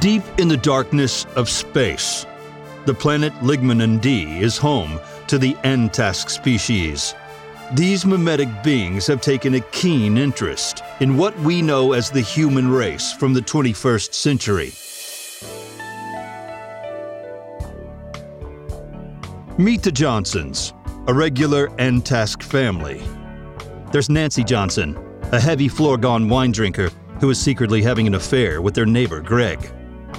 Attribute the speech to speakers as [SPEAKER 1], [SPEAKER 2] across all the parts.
[SPEAKER 1] Deep in the darkness of space, the planet Ligmanon D is home to the Antask species. These mimetic beings have taken a keen interest in what we know as the human race from the 21st century. Meet the Johnsons, a regular Antask family. There's Nancy Johnson, a heavy Florgon wine drinker who is secretly having an affair with their neighbor Greg.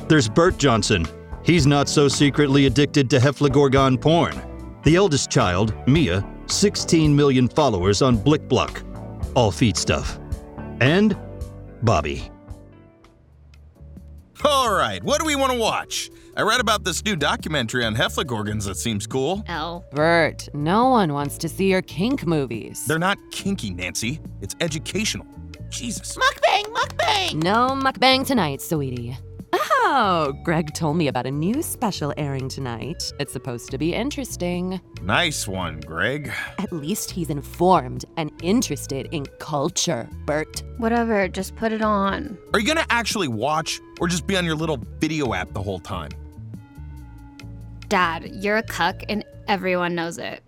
[SPEAKER 1] There's Bert Johnson. He's not so secretly addicted to Heflagorgon porn. The eldest child, Mia, 16 million followers on BlickBlock. All feed stuff. And Bobby.
[SPEAKER 2] All right, what do we want to watch? I read about this new documentary on Heflagorgons that seems cool.
[SPEAKER 3] L.
[SPEAKER 4] Bert, no one wants to see your kink movies.
[SPEAKER 2] They're not kinky, Nancy. It's educational. Jesus.
[SPEAKER 3] Mukbang, mukbang!
[SPEAKER 4] no mukbang tonight, sweetie. Oh, Greg told me about a new special airing tonight. It's supposed to be interesting.
[SPEAKER 2] Nice one, Greg.
[SPEAKER 4] At least he's informed and interested in culture, Bert.
[SPEAKER 3] Whatever, just put it on.
[SPEAKER 2] Are you going to actually watch or just be on your little video app the whole time?
[SPEAKER 3] Dad, you're a cuck and everyone knows it.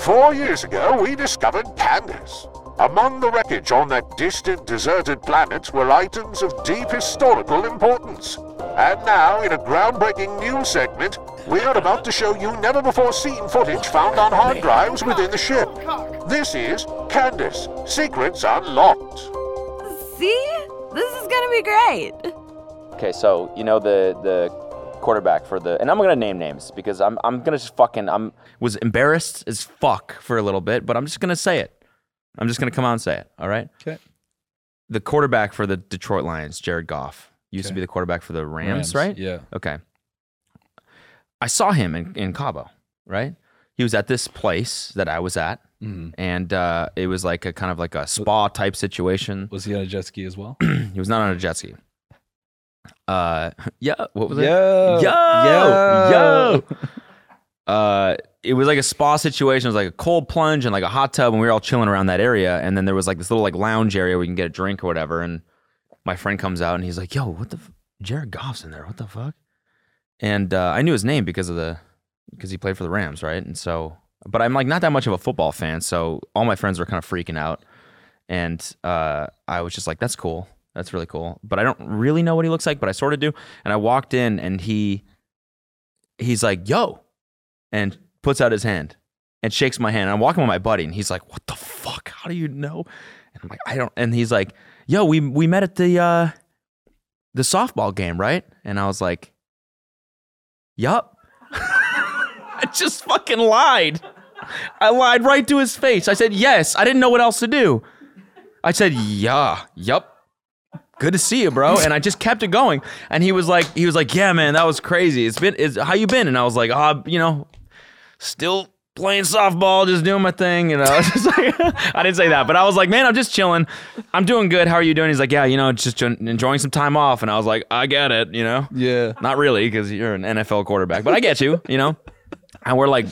[SPEAKER 5] Four years ago, we discovered pandas. Among the wreckage on that distant, deserted planet were items of deep historical importance. And now, in a groundbreaking news segment, we are about to show you never before seen footage found on hard drives within the ship. This is Candace Secrets Unlocked.
[SPEAKER 4] See? This is gonna be great.
[SPEAKER 6] Okay, so you know the the quarterback for the, and I'm gonna name names because I'm I'm gonna just fucking I'm was embarrassed as fuck for a little bit, but I'm just gonna say it. I'm just gonna come out and say it. All right.
[SPEAKER 7] Okay.
[SPEAKER 6] The quarterback for the Detroit Lions, Jared Goff, used to
[SPEAKER 7] Okay.
[SPEAKER 6] be the quarterback for the Rams, right?
[SPEAKER 7] Yeah.
[SPEAKER 6] Okay. I saw him in, in Cabo, right? He was at this place that I was at,
[SPEAKER 7] Mhm.
[SPEAKER 6] and uh, it was like a kind of like a spa type situation.
[SPEAKER 7] Was he on a jet ski as well?
[SPEAKER 6] he was not on a jet ski. Uh, yeah. What was it?
[SPEAKER 7] Yo.
[SPEAKER 6] yo, yo. Uh, it was like a spa situation. It was like a cold plunge and like a hot tub, and we were all chilling around that area. And then there was like this little like lounge area where you can get a drink or whatever. And my friend comes out and he's like, "Yo, what the? F- Jared Goff's in there. What the fuck?" And uh, I knew his name because of the because he played for the Rams, right? And so, but I'm like not that much of a football fan, so all my friends were kind of freaking out, and uh, I was just like, "That's cool. That's really cool." But I don't really know what he looks like, but I sort of do. And I walked in, and he he's like, "Yo," and puts out his hand and shakes my hand. I'm walking with my buddy, and he's like, "What the fuck? How do you know?" And I'm like, "I don't." And he's like, "Yo, we we met at the uh, the softball game, right?" And I was like, "Yup." I just fucking lied. I lied right to his face. I said yes. I didn't know what else to do. I said, "Yeah, yup." good to see you, bro. And I just kept it going. And he was like, he was like, yeah, man, that was crazy. It's been, it's, how you been? And I was like, ah, you know, still playing softball, just doing my thing. You know, I, was just like, I didn't say that, but I was like, man, I'm just chilling. I'm doing good. How are you doing? He's like, yeah, you know, just en- enjoying some time off. And I was like, I get it, you know,
[SPEAKER 7] Yeah.
[SPEAKER 6] not really because you're an NFL quarterback, but I get you, you know. And we're like,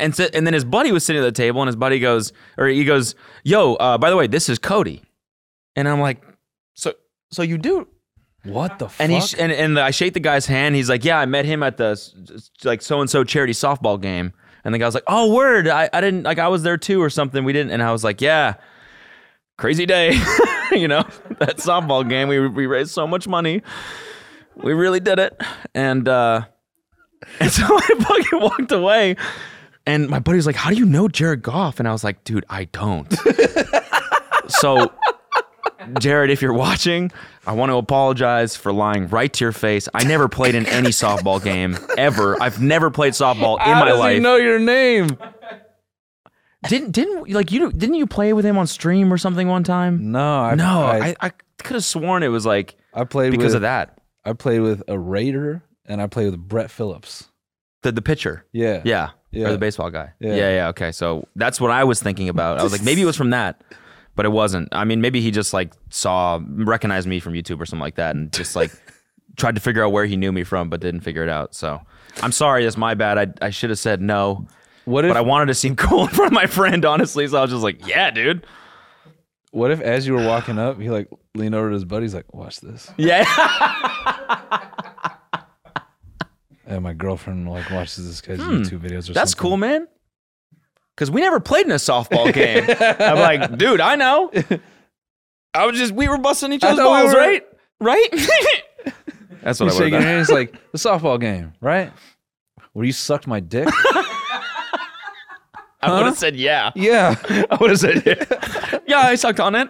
[SPEAKER 6] and so, and then his buddy was sitting at the table, and his buddy goes, or he goes, "Yo, uh, by the way, this is Cody," and I'm like, "So, so you do
[SPEAKER 7] What the fuck?
[SPEAKER 6] and he sh- and and I shake the guy's hand. He's like, "Yeah, I met him at the s- s- like so and so charity softball game." And the guy was like, "Oh, word! I, I didn't like I was there too or something. We didn't." And I was like, "Yeah, crazy day, you know that softball game. We we raised so much money, we really did it." And uh, and so I fucking walked away. And my buddy was like, "How do you know Jared Goff?" And I was like, "Dude, I don't." so Jared, if you're watching, I want to apologize for lying right to your face. I never played in any softball game ever. I've never played softball Oh, in
[SPEAKER 7] How
[SPEAKER 6] my
[SPEAKER 7] does
[SPEAKER 6] life.
[SPEAKER 7] he know your name?
[SPEAKER 6] didn't didn't like you didn't you play with him on stream or something one time?
[SPEAKER 7] No, I,
[SPEAKER 6] no,
[SPEAKER 7] I,
[SPEAKER 6] I, I could have sworn it was like
[SPEAKER 7] I played
[SPEAKER 6] because
[SPEAKER 7] with,
[SPEAKER 6] of that.
[SPEAKER 7] I played with a Raider and I played with Brett Phillips.
[SPEAKER 6] The the pitcher.
[SPEAKER 7] Yeah.
[SPEAKER 6] Yeah.
[SPEAKER 7] Yeah.
[SPEAKER 6] Or the baseball guy.
[SPEAKER 7] Yeah.
[SPEAKER 6] Yeah. yeah, Okay. So that's what I was thinking about. I was like, maybe it was from that, but it wasn't. I mean, maybe he just like saw, recognized me from YouTube or something like that and just like tried to figure out where he knew me from, but didn't figure it out. So I'm sorry. That's my bad. I, I should have said no,
[SPEAKER 7] What if
[SPEAKER 6] but I wanted to seem cool in front of my friend, honestly. So I was just like, yeah, dude.
[SPEAKER 7] What if as you were walking up, he like leaned over to his buddy, he's like, "Watch this,"
[SPEAKER 6] Yeah.
[SPEAKER 7] and my girlfriend like watches this guy's YouTube videos
[SPEAKER 6] Hmm.
[SPEAKER 7] or
[SPEAKER 6] That's
[SPEAKER 7] something.
[SPEAKER 6] cool, man. Because we never played in a softball game. I'm like, dude, I know. I was just, we were busting each
[SPEAKER 7] I
[SPEAKER 6] other's
[SPEAKER 7] thought we
[SPEAKER 6] balls,
[SPEAKER 7] were-
[SPEAKER 6] right? Right? That's what
[SPEAKER 7] He's
[SPEAKER 6] I would have
[SPEAKER 7] shaking her
[SPEAKER 6] done.
[SPEAKER 7] hand. He's like, "The softball game, right? Where you sucked my dick?"
[SPEAKER 6] I would have said, yeah.
[SPEAKER 7] yeah.
[SPEAKER 6] I would have said, yeah. yeah, I sucked on it.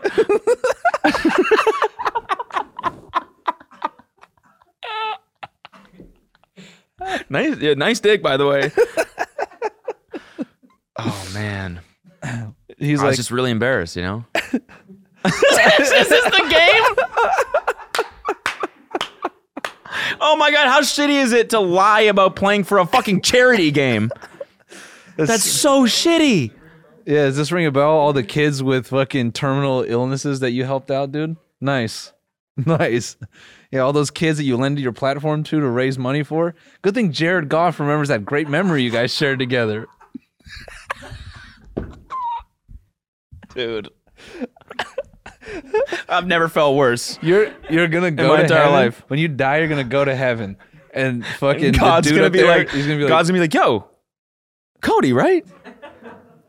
[SPEAKER 6] nice, yeah, nice dick, by the way. oh man,
[SPEAKER 7] He's
[SPEAKER 6] I was
[SPEAKER 7] like,
[SPEAKER 6] just really embarrassed, you know. is, this the game? oh my god, how shitty is it to lie about playing for a fucking charity game? That's so shitty.
[SPEAKER 7] "Yeah, does this ring a bell? All the kids with fucking terminal illnesses that you helped out, dude. Nice, nice." Yeah, all those kids that you lended your platform to to raise money for. Good thing Jared Goff remembers that great memory you guys shared together.
[SPEAKER 6] dude. I've never felt worse.
[SPEAKER 7] You're you're gonna go
[SPEAKER 6] my
[SPEAKER 7] to
[SPEAKER 6] entire
[SPEAKER 7] heaven.
[SPEAKER 6] life.
[SPEAKER 7] When you die, you're gonna go to heaven, and fucking the
[SPEAKER 6] God's
[SPEAKER 7] dude
[SPEAKER 6] gonna
[SPEAKER 7] up
[SPEAKER 6] be
[SPEAKER 7] there,
[SPEAKER 6] like,
[SPEAKER 7] he's gonna be like,
[SPEAKER 6] God's gonna be like, yo, Cody, right?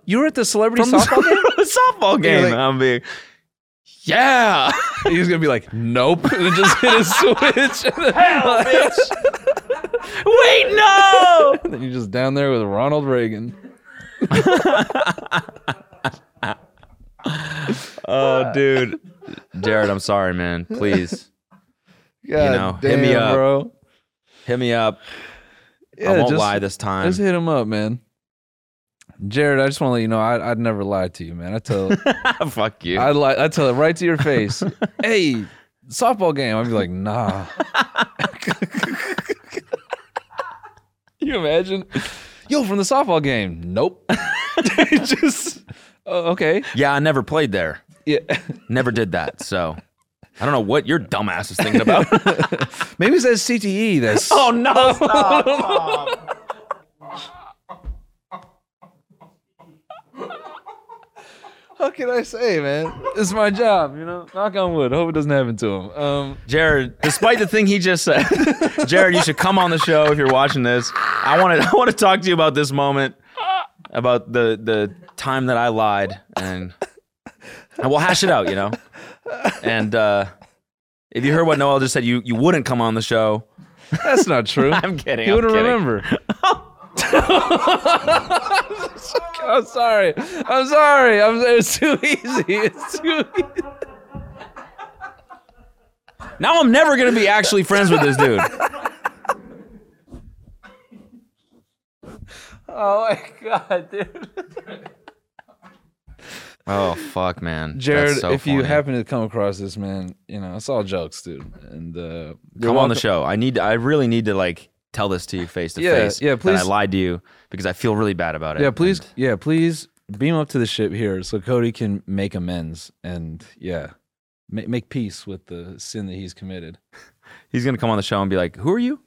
[SPEAKER 7] you were at the celebrity
[SPEAKER 6] From the
[SPEAKER 7] softball game.
[SPEAKER 6] softball game.
[SPEAKER 7] like-
[SPEAKER 6] I'm being, yeah,
[SPEAKER 7] He's gonna be like, nope, and just hit a switch.
[SPEAKER 6] wait, no.
[SPEAKER 7] and then you're just down there with Ronald Reagan.
[SPEAKER 6] oh, dude, Jared, I'm sorry, man. Please
[SPEAKER 7] God
[SPEAKER 6] know, hit me
[SPEAKER 7] damn,
[SPEAKER 6] up.
[SPEAKER 7] bro.
[SPEAKER 6] hit me up.
[SPEAKER 7] Yeah,
[SPEAKER 6] I won't
[SPEAKER 7] just,
[SPEAKER 6] lie this time.
[SPEAKER 7] Just hit him up, man. Jared, I just want to let you know, I, I'd never lie to you, man. I tell,
[SPEAKER 6] Fuck you.
[SPEAKER 7] I lie, I tell it right to your face. hey, softball game. I'd be like, nah. you imagine? Yo, from the softball game. Nope. just oh, okay.
[SPEAKER 6] yeah, I never played there.
[SPEAKER 7] Yeah.
[SPEAKER 6] Never did that. So I don't know what your dumbass is thinking about.
[SPEAKER 7] Maybe it says CTE. E That's
[SPEAKER 6] oh no!
[SPEAKER 7] what can I say, man? It's my job, you know. Knock on wood. Hope it doesn't happen to him. Um,
[SPEAKER 6] Jared, despite the thing he just said, Jared, you should come on the show if you're watching this. I want to I want to talk to you about this moment, about the the time that I lied, and and we'll hash it out, you know. And uh, if you heard what Noel just said, you you wouldn't come on the show.
[SPEAKER 7] that's not true.
[SPEAKER 6] I'm kidding.
[SPEAKER 7] He
[SPEAKER 6] I'm
[SPEAKER 7] wouldn't
[SPEAKER 6] kidding.
[SPEAKER 7] remember. I'm sorry. I'm sorry. I'm sorry. It's too easy. It's too easy.
[SPEAKER 6] Now I'm never gonna be actually friends with this dude.
[SPEAKER 7] Oh my god, dude.
[SPEAKER 6] Oh fuck, man,
[SPEAKER 7] Jared,
[SPEAKER 6] That's so
[SPEAKER 7] if you
[SPEAKER 6] funny.
[SPEAKER 7] happen to come across this, man, you know it's all jokes, dude. And uh,
[SPEAKER 6] come on the show. I need. I really need to like tell this to you face to
[SPEAKER 7] Yeah,
[SPEAKER 6] face.
[SPEAKER 7] yeah,
[SPEAKER 6] that
[SPEAKER 7] please.
[SPEAKER 6] I lied to you because I feel really bad about it.
[SPEAKER 7] Yeah, please.
[SPEAKER 6] And
[SPEAKER 7] Yeah, please beam up to the ship here so Cody can make amends and yeah, make make peace with the sin that he's committed.
[SPEAKER 6] he's gonna come on the show and be like, "Who are you?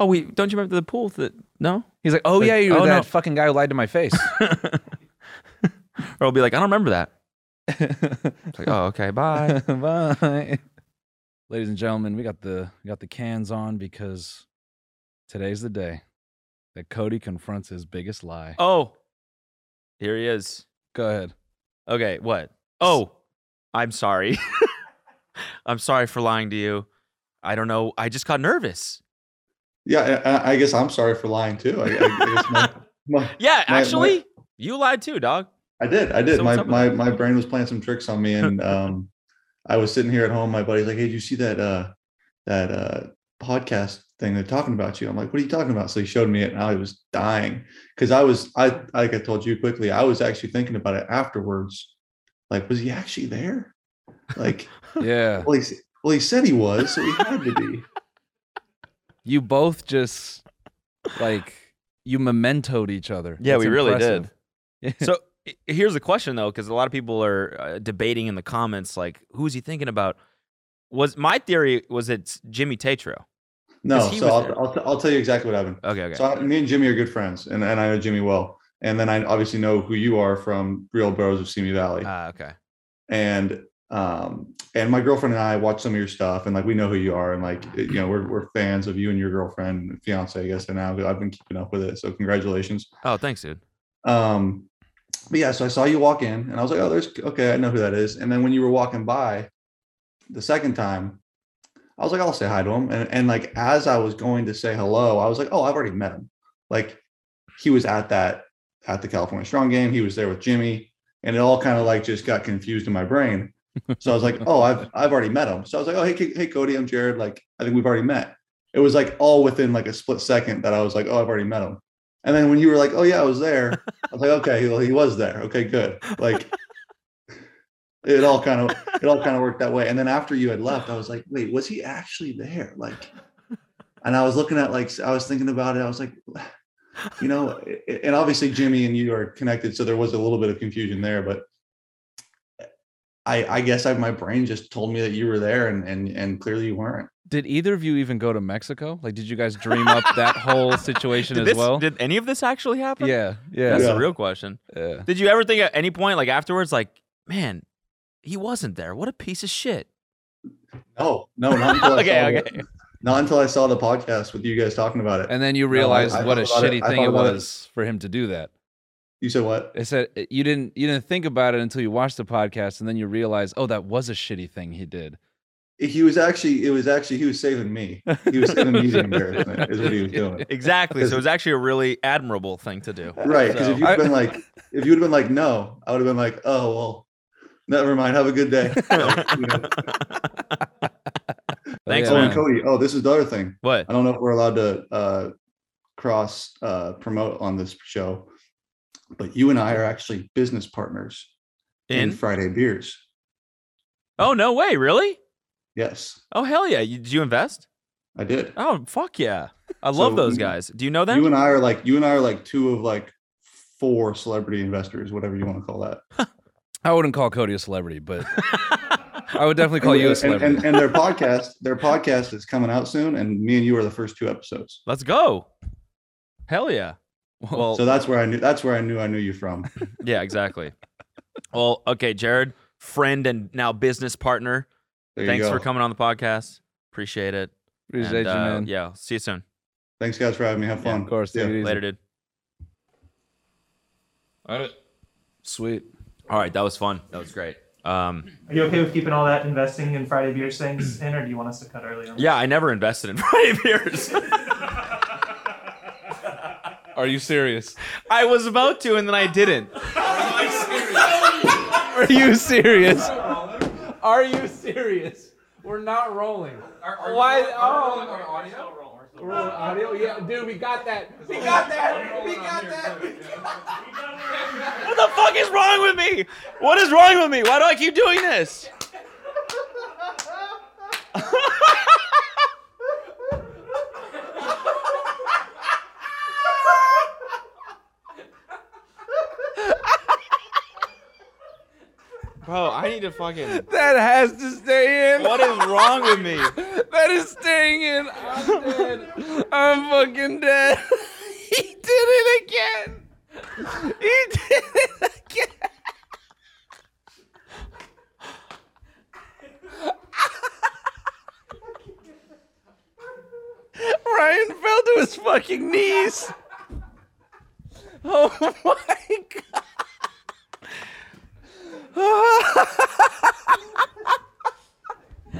[SPEAKER 6] Oh, we don't you remember the pool? That no."
[SPEAKER 7] He's like, oh
[SPEAKER 6] Like,
[SPEAKER 7] yeah, you're
[SPEAKER 6] oh,
[SPEAKER 7] that
[SPEAKER 6] no.
[SPEAKER 7] fucking guy who lied to my face.
[SPEAKER 6] Or I'll be like, "I don't remember that." It's like, "Oh, okay, bye."
[SPEAKER 7] Bye. Ladies and gentlemen, we got the we got the cans on because today's the day that Cody confronts his biggest lie.
[SPEAKER 6] oh, here he is.
[SPEAKER 7] Go ahead.
[SPEAKER 6] Okay, what? Oh, I'm sorry. I'm sorry for lying to you. I don't know. I just got nervous.
[SPEAKER 8] Yeah, I- I, I guess I'm sorry for lying too. I, I, I guess my, my-
[SPEAKER 6] Yeah,
[SPEAKER 8] My- my-
[SPEAKER 6] actually, you lied too, dog.
[SPEAKER 8] I did, I did.
[SPEAKER 6] So what's
[SPEAKER 8] my
[SPEAKER 6] up with
[SPEAKER 8] my
[SPEAKER 6] that?
[SPEAKER 8] my brain was playing some tricks on me, and um, I was sitting here at home. My buddy's like, "Hey, did you see that uh, that uh, podcast thing they're talking about you?" I'm like, "What are you talking about?" So he showed me it, and I was dying because I was I like I told you quickly, I was actually thinking about it afterwards. Like, was he actually there? Like,
[SPEAKER 7] Yeah.
[SPEAKER 8] well, he s- well, he said he was, so he had to be.
[SPEAKER 7] you both just like you mementoed each other.
[SPEAKER 6] Yeah,
[SPEAKER 7] That's
[SPEAKER 6] we really
[SPEAKER 7] impressive.
[SPEAKER 6] did. so h- here's the question though because a lot of people are uh, debating in the comments like who's he thinking about was my theory was it's jimmy tatro
[SPEAKER 8] No,
[SPEAKER 6] he
[SPEAKER 8] so
[SPEAKER 6] was
[SPEAKER 8] I'll,
[SPEAKER 6] there.
[SPEAKER 8] I'll, I'll tell you exactly what happened.
[SPEAKER 6] okay okay
[SPEAKER 8] So I, me and Jimmy are good friends, and, and I know Jimmy well. And then I obviously know who you are from Real Bros of Simi Valley.
[SPEAKER 6] Ah, okay
[SPEAKER 8] and um and my girlfriend and I watch some of your stuff and like we know who you are and like you know we're we're fans of you and your girlfriend and fiance I guess and now 'cause I've been keeping up with it so congratulations
[SPEAKER 6] Oh, thanks, dude.
[SPEAKER 8] um, but yeah, so I saw you walk in and I was like, oh, there's okay, I know who that is. And then when you were walking by the second time, I was like, I'll say hi to him. And, and like as I was going to say hello, I was like, oh, I've already met him. Like he was at that at the California Strong game, he was there with Jimmy, and it all kind of like just got confused in my brain. So I was like, oh, I've I've already met him. So I was like, oh, hey, K- hey, Cody, I'm Jared. Like, I think we've already met. It was like all within like a split second that I was like, oh, I've already met him. And then when you were like, oh yeah, I was there, I was like, okay, well, he was there. Okay, good. Like it all kind of it all kind of worked that way. And then after you had left, I was like, wait, was he actually there? Like, and I was looking at like I was thinking about it. I was like, you know, a- and obviously Jimmy and you are connected, so there was a little bit of confusion there, but I I guess I, my brain just told me that you were there and and and clearly you weren't.
[SPEAKER 7] Did either of you even go to Mexico? Like, did you guys dream up that whole situation
[SPEAKER 6] Did,
[SPEAKER 7] as
[SPEAKER 6] this,
[SPEAKER 7] well?
[SPEAKER 6] did any of this actually happen?
[SPEAKER 7] yeah,
[SPEAKER 6] That's
[SPEAKER 7] yeah,
[SPEAKER 8] Yeah.
[SPEAKER 6] the real question.
[SPEAKER 7] yeah.
[SPEAKER 6] Did you ever think at any point, like afterwards, like, man, he wasn't there. What a piece of shit.
[SPEAKER 8] No, no, not until I
[SPEAKER 6] Okay,
[SPEAKER 8] saw
[SPEAKER 6] okay.
[SPEAKER 8] The, not until I saw the podcast with you guys talking about it.
[SPEAKER 7] And then you realized
[SPEAKER 8] I
[SPEAKER 7] what a
[SPEAKER 8] thought about
[SPEAKER 7] shitty
[SPEAKER 8] it- I
[SPEAKER 7] thing
[SPEAKER 8] thought
[SPEAKER 7] it
[SPEAKER 8] about it.
[SPEAKER 7] was for him to do that.
[SPEAKER 8] You said what?
[SPEAKER 7] It said it- you didn't you didn't think about it until you watched the podcast, and then you realized, oh, that was a shitty thing he did.
[SPEAKER 8] He was actually, it was actually, he was saving me. He was saving me the embarrassment, is what he was doing.
[SPEAKER 6] Exactly. So it was actually a really admirable thing to do.
[SPEAKER 8] Right. Because
[SPEAKER 6] So-
[SPEAKER 8] if you'd
[SPEAKER 7] I-
[SPEAKER 8] been like, if you'd been like, no, I would have been like, oh, well, never mind. Have a good day. Like, you know,
[SPEAKER 6] Thanks,
[SPEAKER 8] oh, and
[SPEAKER 6] man.
[SPEAKER 8] Cody. Oh, this is the other thing.
[SPEAKER 6] What?
[SPEAKER 8] I don't know if we're allowed to uh, cross uh, promote on this show, but you and I are actually business partners in
[SPEAKER 6] In?
[SPEAKER 8] Friday Beers.
[SPEAKER 6] Oh no way! Really?
[SPEAKER 8] Yes,
[SPEAKER 6] Oh hell yeah! You, did you invest?
[SPEAKER 8] I did.
[SPEAKER 6] Oh fuck yeah! I love
[SPEAKER 8] So mm-hmm.
[SPEAKER 6] those
[SPEAKER 8] you-
[SPEAKER 6] guys. Do you know
[SPEAKER 8] You
[SPEAKER 6] them?
[SPEAKER 8] and I are like you and I are like two of like four celebrity investors, whatever you want to call that.
[SPEAKER 7] I wouldn't call Cody a celebrity, but I would definitely call
[SPEAKER 8] and,
[SPEAKER 7] you a
[SPEAKER 8] and-
[SPEAKER 7] celebrity.
[SPEAKER 8] And, and their podcast, their podcast is coming out soon, and me and you are the first two episodes.
[SPEAKER 6] Let's go! Hell yeah! Well,
[SPEAKER 8] So that's where I knew. That's where I knew I knew you from.
[SPEAKER 6] yeah, exactly. well, okay, Jared, friend and now business partner.
[SPEAKER 8] There
[SPEAKER 6] Thanks
[SPEAKER 8] you go.
[SPEAKER 6] for coming on the podcast. Appreciate it. And,
[SPEAKER 7] Appreciate you,
[SPEAKER 6] uh,
[SPEAKER 7] man.
[SPEAKER 6] Yeah, see you soon.
[SPEAKER 8] Thanks, guys, for having me. Have
[SPEAKER 6] Yeah,
[SPEAKER 8] fun.
[SPEAKER 7] Of course. Take it easy.
[SPEAKER 6] Later, dude.
[SPEAKER 7] Sweet.
[SPEAKER 6] All right, that was fun. That was great. Um,
[SPEAKER 9] Are you okay with keeping all that investing in Friday beers things in, or do you want us to cut early on?
[SPEAKER 6] yeah, I never invested in Friday beers.
[SPEAKER 7] Are you serious?
[SPEAKER 6] I was about to, and then I didn't.
[SPEAKER 7] Are you serious? Are you serious? We're not rolling. Why? oh, we're on audio. Yeah, dude, we got that. We got that. We got that.
[SPEAKER 6] What the fuck is wrong with me? What is wrong with me? Why do I keep doing this? Bro, I need to fucking.
[SPEAKER 7] That has to stay in.
[SPEAKER 6] What is wrong with me?
[SPEAKER 7] That is staying in. I'm dead. I'm fucking dead. he did it again. He did it again. Ryan fell to his fucking knees. Oh my god.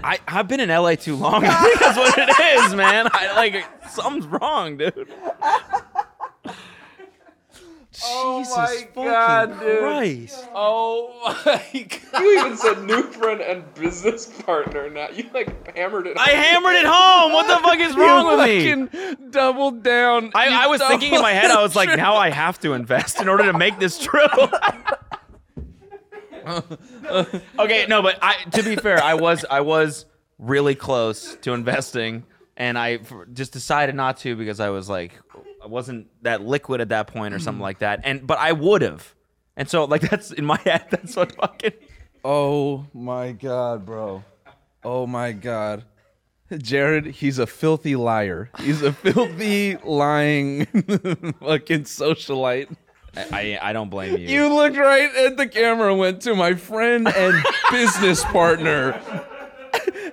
[SPEAKER 6] I, I've been in LA too long. I think that's what it is, man. I like something's wrong, dude. Jesus
[SPEAKER 7] Oh my
[SPEAKER 6] fucking
[SPEAKER 7] God, dude.
[SPEAKER 6] Christ.
[SPEAKER 7] Oh my god.
[SPEAKER 10] You even said new friend and business partner. Now you like hammered it.
[SPEAKER 6] I hammered it home. What the fuck is wrong with me?
[SPEAKER 7] Fucking doubled down. You
[SPEAKER 6] I, I was thinking in my head, I was like,
[SPEAKER 7] doubled
[SPEAKER 6] now I have to invest in order to make this true. okay, no, but I to be fair, I was I was really close to investing, and I f- just decided not to because I was like, I wasn't that liquid at that point or something like that. And but I would have, and so like that's in my head. That's what fucking.
[SPEAKER 7] Oh my god, bro. Oh my god. Jared, he's a filthy liar. He's a filthy lying fucking socialite.
[SPEAKER 6] I, I, I don't blame you.
[SPEAKER 7] You looked right at the camera and went to my friend and business partner.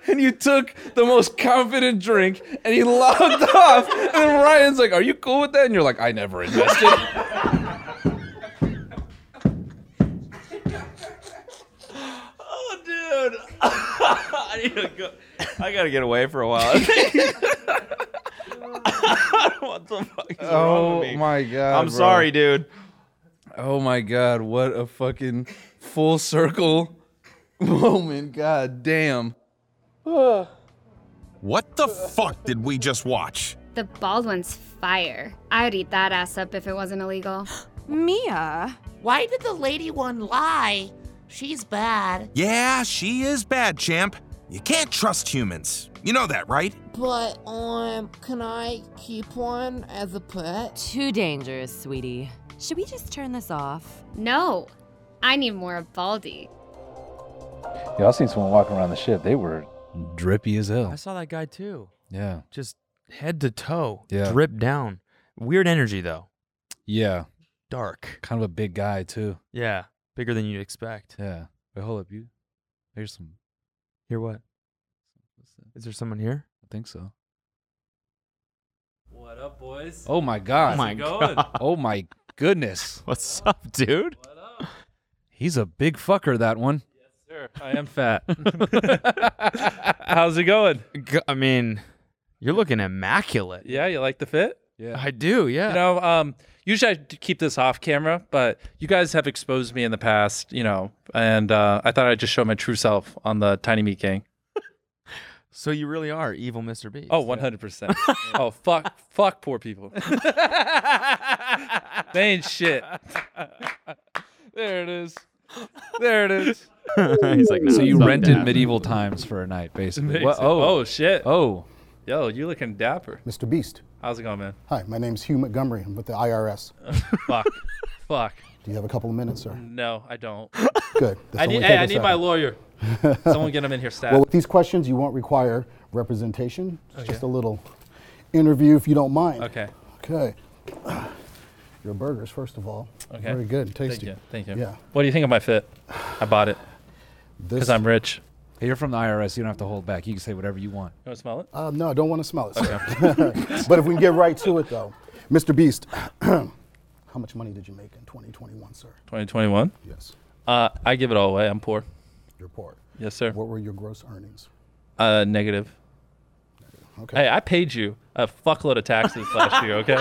[SPEAKER 7] And you took the most confident drink and he logged off. And then Ryan's like, Are you cool with that? And you're like, I never invested.
[SPEAKER 6] oh, dude. I need to go. I gotta get away for a while. what the fuck is wrong
[SPEAKER 7] oh
[SPEAKER 6] with me?
[SPEAKER 7] my God.
[SPEAKER 6] I'm
[SPEAKER 7] bro.
[SPEAKER 6] sorry, dude.
[SPEAKER 7] Oh my God. What a fucking full circle moment. God damn.
[SPEAKER 2] What the fuck did we just watch?
[SPEAKER 3] The Baldwin's fire. I'd eat that ass up if it wasn't illegal.
[SPEAKER 4] Mia.
[SPEAKER 11] Why did the lady one lie? She's bad.
[SPEAKER 2] Yeah, she is bad, champ. You can't trust humans. You know that, right?
[SPEAKER 11] But um, can I keep one as a pet?
[SPEAKER 4] Too dangerous, sweetie. Should we just turn this off?
[SPEAKER 3] No, I need more of Baldy.
[SPEAKER 7] Y'all seen someone walking around the ship. They were drippy as hell.
[SPEAKER 6] I saw that guy too.
[SPEAKER 7] Yeah.
[SPEAKER 6] Just head to toe,
[SPEAKER 7] Yeah.
[SPEAKER 6] drip down. Weird energy though.
[SPEAKER 7] Yeah.
[SPEAKER 6] Dark.
[SPEAKER 7] Kind of a big guy, too.
[SPEAKER 6] Yeah, bigger than you'd expect.
[SPEAKER 7] Yeah. Wait, hold up. You. There's some.
[SPEAKER 6] Hear what?
[SPEAKER 7] what's that?
[SPEAKER 6] Is there someone here?
[SPEAKER 7] I think so.
[SPEAKER 10] What up, boys?
[SPEAKER 7] Oh my God.
[SPEAKER 10] my going? God.
[SPEAKER 7] Oh my goodness.
[SPEAKER 6] What's up, dude?
[SPEAKER 10] What up?
[SPEAKER 7] He's a big fucker, that one.
[SPEAKER 10] Sure, I am fat. How's it going?
[SPEAKER 6] G- I mean, you're looking immaculate.
[SPEAKER 10] Yeah, you like the fit?
[SPEAKER 7] Yeah.
[SPEAKER 6] I do. Yeah.
[SPEAKER 10] You know, um, usually I d- keep this off camera, but you guys have exposed me in the past, you know, and uh, I thought I'd just show my true self on the Tiny Meat Gang.
[SPEAKER 6] so you really are evil, Mr. Beast.
[SPEAKER 10] Oh, 100%. oh, fuck, fuck poor people. they ain't shit.
[SPEAKER 7] There it is. There it is.
[SPEAKER 6] He's like, "Nah,
[SPEAKER 7] So you
[SPEAKER 6] something
[SPEAKER 7] rented
[SPEAKER 6] happened."
[SPEAKER 7] medieval times for a night, basically. What?
[SPEAKER 10] Oh,
[SPEAKER 7] Oh,
[SPEAKER 10] shit.
[SPEAKER 7] oh,
[SPEAKER 10] Yo, you looking dapper.
[SPEAKER 12] Mr. Beast.
[SPEAKER 10] How's it going, man?
[SPEAKER 12] Hi, my name's Hugh Montgomery. I'm with the IRS.
[SPEAKER 10] Fuck. fuck.
[SPEAKER 12] Do you have a couple of minutes, sir?
[SPEAKER 10] No, I don't.
[SPEAKER 12] Good. This
[SPEAKER 10] I
[SPEAKER 12] only
[SPEAKER 10] need,
[SPEAKER 12] take
[SPEAKER 10] hey, I
[SPEAKER 12] us
[SPEAKER 10] need
[SPEAKER 12] out.
[SPEAKER 10] my lawyer. Someone get him in here stat.
[SPEAKER 12] Well, with these questions, you won't require representation. It's just a little interview, if you don't mind.
[SPEAKER 10] okay.
[SPEAKER 12] Okay. Your burgers, first of all.
[SPEAKER 10] Okay.
[SPEAKER 12] Very good, and
[SPEAKER 10] Thank
[SPEAKER 12] tasty.
[SPEAKER 10] you. Thank you.
[SPEAKER 12] Yeah.
[SPEAKER 10] What do you think of my fit? I bought it
[SPEAKER 12] This.
[SPEAKER 10] because I'm rich.
[SPEAKER 7] you're from the IRS. You don't have to hold back. You can say whatever you want.
[SPEAKER 10] You want to smell it?
[SPEAKER 12] Uh, no, I don't want to smell it. sir. but if we can get right to it, though, Mr. Beast, how much money did you make in 2021, sir?
[SPEAKER 10] 2021.
[SPEAKER 12] Yes.
[SPEAKER 10] Uh, I give it all away. I'm poor.
[SPEAKER 12] You're poor.
[SPEAKER 10] Yes, sir.
[SPEAKER 12] What were your gross earnings?
[SPEAKER 10] Uh, negative.
[SPEAKER 12] Okay.
[SPEAKER 10] Hey, I paid you a fuckload of taxes last year. Okay.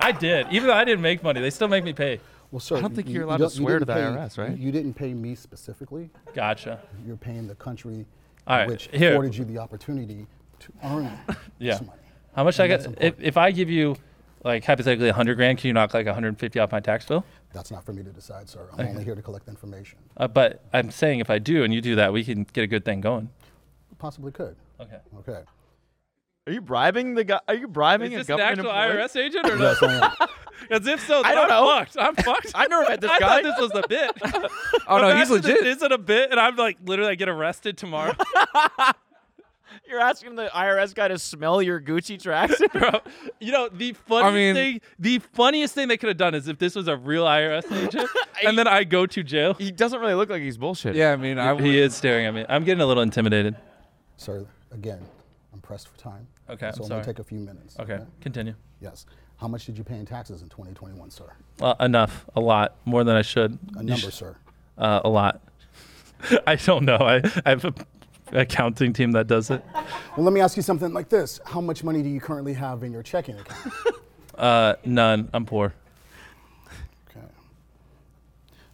[SPEAKER 10] I did. Even though I didn't make money, they still make me pay.
[SPEAKER 12] Well, sir,
[SPEAKER 6] I don't think
[SPEAKER 12] you-
[SPEAKER 6] you're
[SPEAKER 12] you
[SPEAKER 6] allowed to
[SPEAKER 12] don't- you
[SPEAKER 6] swear to
[SPEAKER 12] didn't
[SPEAKER 6] the
[SPEAKER 12] pay-
[SPEAKER 6] IRS, right?
[SPEAKER 12] You, you didn't pay me specifically.
[SPEAKER 10] Gotcha.
[SPEAKER 12] You're paying the country
[SPEAKER 10] All right,
[SPEAKER 12] which
[SPEAKER 10] here.
[SPEAKER 12] afforded you the opportunity to earn
[SPEAKER 10] Yeah.
[SPEAKER 12] some money.
[SPEAKER 10] How much I
[SPEAKER 12] And that's
[SPEAKER 10] got? If, if I give you, like hypothetically, 100 grand, can you knock like 150 off my tax bill?
[SPEAKER 12] That's not for me to decide, sir. I'm only here to collect information.
[SPEAKER 10] Uh, but I'm saying if I do and you do that, we can get a good thing going.
[SPEAKER 12] Possibly could.
[SPEAKER 10] Okay.
[SPEAKER 12] Okay.
[SPEAKER 6] Are you bribing the guy? Are you bribing
[SPEAKER 10] Is this
[SPEAKER 6] a
[SPEAKER 10] an
[SPEAKER 6] government
[SPEAKER 10] actual
[SPEAKER 6] employee?
[SPEAKER 10] IRS agent or no? Because if so,
[SPEAKER 6] I
[SPEAKER 10] then
[SPEAKER 6] don't
[SPEAKER 10] I'm
[SPEAKER 6] know.
[SPEAKER 10] fucked. I'm fucked.
[SPEAKER 6] I never met this
[SPEAKER 10] I
[SPEAKER 6] guy.
[SPEAKER 10] thought this was a bit.
[SPEAKER 7] Oh no,
[SPEAKER 10] Imagine this
[SPEAKER 7] he's legit.
[SPEAKER 10] isn't a bit, and I'm like literally I get arrested tomorrow.
[SPEAKER 6] You're asking the IRS guy to smell your Gucci tracks?
[SPEAKER 10] Bro, you know the funniest
[SPEAKER 7] mean-
[SPEAKER 10] thing. The funniest thing they could have done is if this was a real IRS agent, and then I go to jail.
[SPEAKER 6] he doesn't really look like he's bullshit.
[SPEAKER 7] Yeah, I mean, I would.
[SPEAKER 10] He is staring at me. I'm getting a little intimidated.
[SPEAKER 12] Sir, again, I'm pressed for time.
[SPEAKER 10] Okay, I'm
[SPEAKER 12] So
[SPEAKER 10] sorry.
[SPEAKER 12] I'm going to take a few minutes.
[SPEAKER 10] Okay, continue.
[SPEAKER 12] Yes. How much did you pay in taxes in 2021, sir?
[SPEAKER 10] Uh, enough, a lot more than I should.
[SPEAKER 12] A number, sir.
[SPEAKER 10] Uh, a lot. I don't know. I I have a accounting team that does it.
[SPEAKER 12] Well, let me ask you something like this. How much money do you currently have in your checking account?
[SPEAKER 10] Uh, none. I'm poor.
[SPEAKER 12] Okay.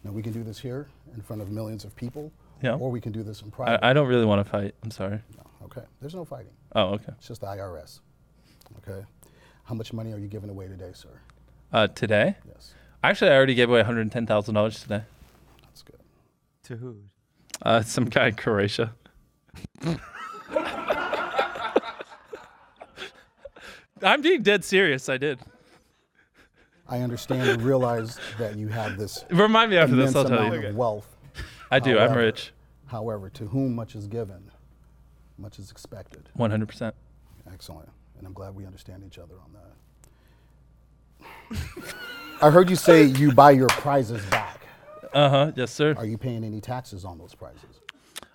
[SPEAKER 12] Now, we can do this here in front of millions of people,
[SPEAKER 10] Yeah.
[SPEAKER 12] or we can do this in private.
[SPEAKER 10] I, I don't really want to fight. I'm sorry.
[SPEAKER 12] Okay. There's no fighting.
[SPEAKER 10] Oh, okay.
[SPEAKER 12] It's just the IRS. Okay. How much money are you giving away today, sir?
[SPEAKER 10] Uh, today?
[SPEAKER 12] Yes.
[SPEAKER 10] Actually, I already gave away $110,000 today.
[SPEAKER 12] That's good.
[SPEAKER 6] To who?
[SPEAKER 10] Uh, some guy in Croatia. I'm being dead serious. I did.
[SPEAKER 12] I understand and realize that you have this
[SPEAKER 10] Remind me after
[SPEAKER 12] immense
[SPEAKER 10] this. I'll tell
[SPEAKER 12] amount
[SPEAKER 10] you.
[SPEAKER 12] of wealth. Oh,
[SPEAKER 10] I do. I'm
[SPEAKER 12] However-
[SPEAKER 10] rich.
[SPEAKER 12] However, to whom much is given, much is expected.
[SPEAKER 10] 100%.
[SPEAKER 12] Excellent. And I'm glad we understand each other on that. I heard you say you buy your prizes back.
[SPEAKER 10] Uh huh. Yes, sir.
[SPEAKER 12] Are you paying any taxes on those prizes?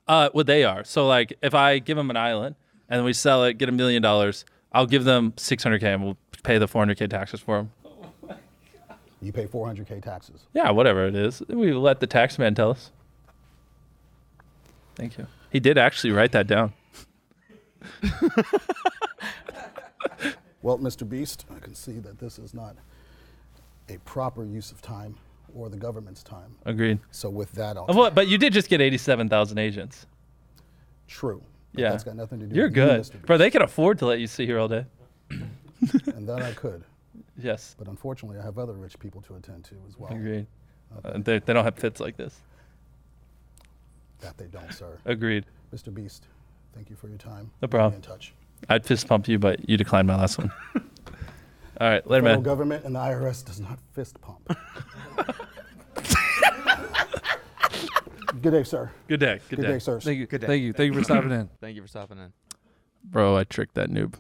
[SPEAKER 10] Uh, what they are. So like, if I give them an island and we sell it, get a million dollars, I'll give them 600k and we'll pay the 400k taxes for them.
[SPEAKER 12] You pay 400k taxes.
[SPEAKER 10] Yeah, whatever it is, we let the tax man tell us. Thank you. He did actually write that down.
[SPEAKER 12] Well, Mr. Beast, I can see that this is not a proper use of time or the government's time.
[SPEAKER 10] Agreed.
[SPEAKER 12] So with that, I'll
[SPEAKER 10] Uh, what- But you did just get 87,000 agents.
[SPEAKER 12] true. But
[SPEAKER 10] Yeah,
[SPEAKER 12] That's got nothing to do
[SPEAKER 10] You're
[SPEAKER 12] with you,
[SPEAKER 10] good,
[SPEAKER 12] Mr.
[SPEAKER 10] bro. They can afford to let you sit here all day.
[SPEAKER 12] Beast, and that I could.
[SPEAKER 10] Yes.
[SPEAKER 12] But unfortunately, I have other rich people to attend to as well.
[SPEAKER 10] Agreed. Uh, they, they don't have fits like this.
[SPEAKER 12] That they don't, sir.
[SPEAKER 10] Agreed.
[SPEAKER 12] Mr. Beast, thank you for your time.
[SPEAKER 10] No problem.
[SPEAKER 12] Be in touch.
[SPEAKER 10] I'd fist pump you, but you declined my last one. all right, later,
[SPEAKER 12] Federal
[SPEAKER 10] man.
[SPEAKER 12] government and the IRS does not fist pump. Good day, sir.
[SPEAKER 10] Good day. Good,
[SPEAKER 12] Good day, sirs. Thank you.
[SPEAKER 7] Good day. Thank you. Thank you for stopping in.
[SPEAKER 6] Thank you for stopping in.
[SPEAKER 10] Bro, I tricked that noob.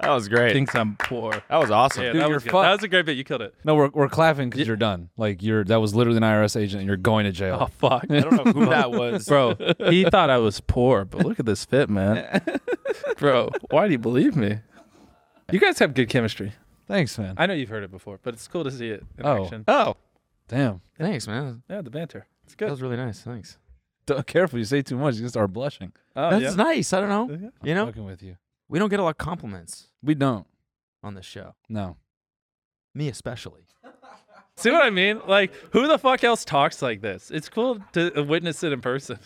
[SPEAKER 6] That was great.
[SPEAKER 10] Thinks I'm poor.
[SPEAKER 6] That was awesome.
[SPEAKER 10] Yeah,
[SPEAKER 7] Dude,
[SPEAKER 10] that,
[SPEAKER 7] you're
[SPEAKER 10] was good.
[SPEAKER 7] fucked.
[SPEAKER 10] that was a great bit. You killed it.
[SPEAKER 7] No, we're, we're clapping because you're done. Like you're that was literally an IRS agent, and you're going to jail.
[SPEAKER 10] Oh fuck! I don't know who that was, bro. He thought I was poor, but look at this fit, man. bro, why do you believe me? You guys have good chemistry.
[SPEAKER 7] Thanks, man.
[SPEAKER 10] I know you've heard it before, but it's cool to see it in
[SPEAKER 7] Oh.
[SPEAKER 10] action.
[SPEAKER 7] Oh. Damn.
[SPEAKER 6] Thanks, man.
[SPEAKER 10] Yeah, the banter. It's good.
[SPEAKER 6] That was really nice. Thanks.
[SPEAKER 7] Don't, careful, you say too much, you can start blushing.
[SPEAKER 10] Oh,
[SPEAKER 6] That's
[SPEAKER 10] yeah.
[SPEAKER 6] nice. I don't know.
[SPEAKER 10] Yeah.
[SPEAKER 6] You know,
[SPEAKER 7] Fucking with you.
[SPEAKER 6] we don't get a lot of compliments
[SPEAKER 7] We don't.
[SPEAKER 6] on this show.
[SPEAKER 7] No.
[SPEAKER 6] Me especially.
[SPEAKER 10] See what I mean? Like, who the fuck else talks like this? It's cool to witness it in person.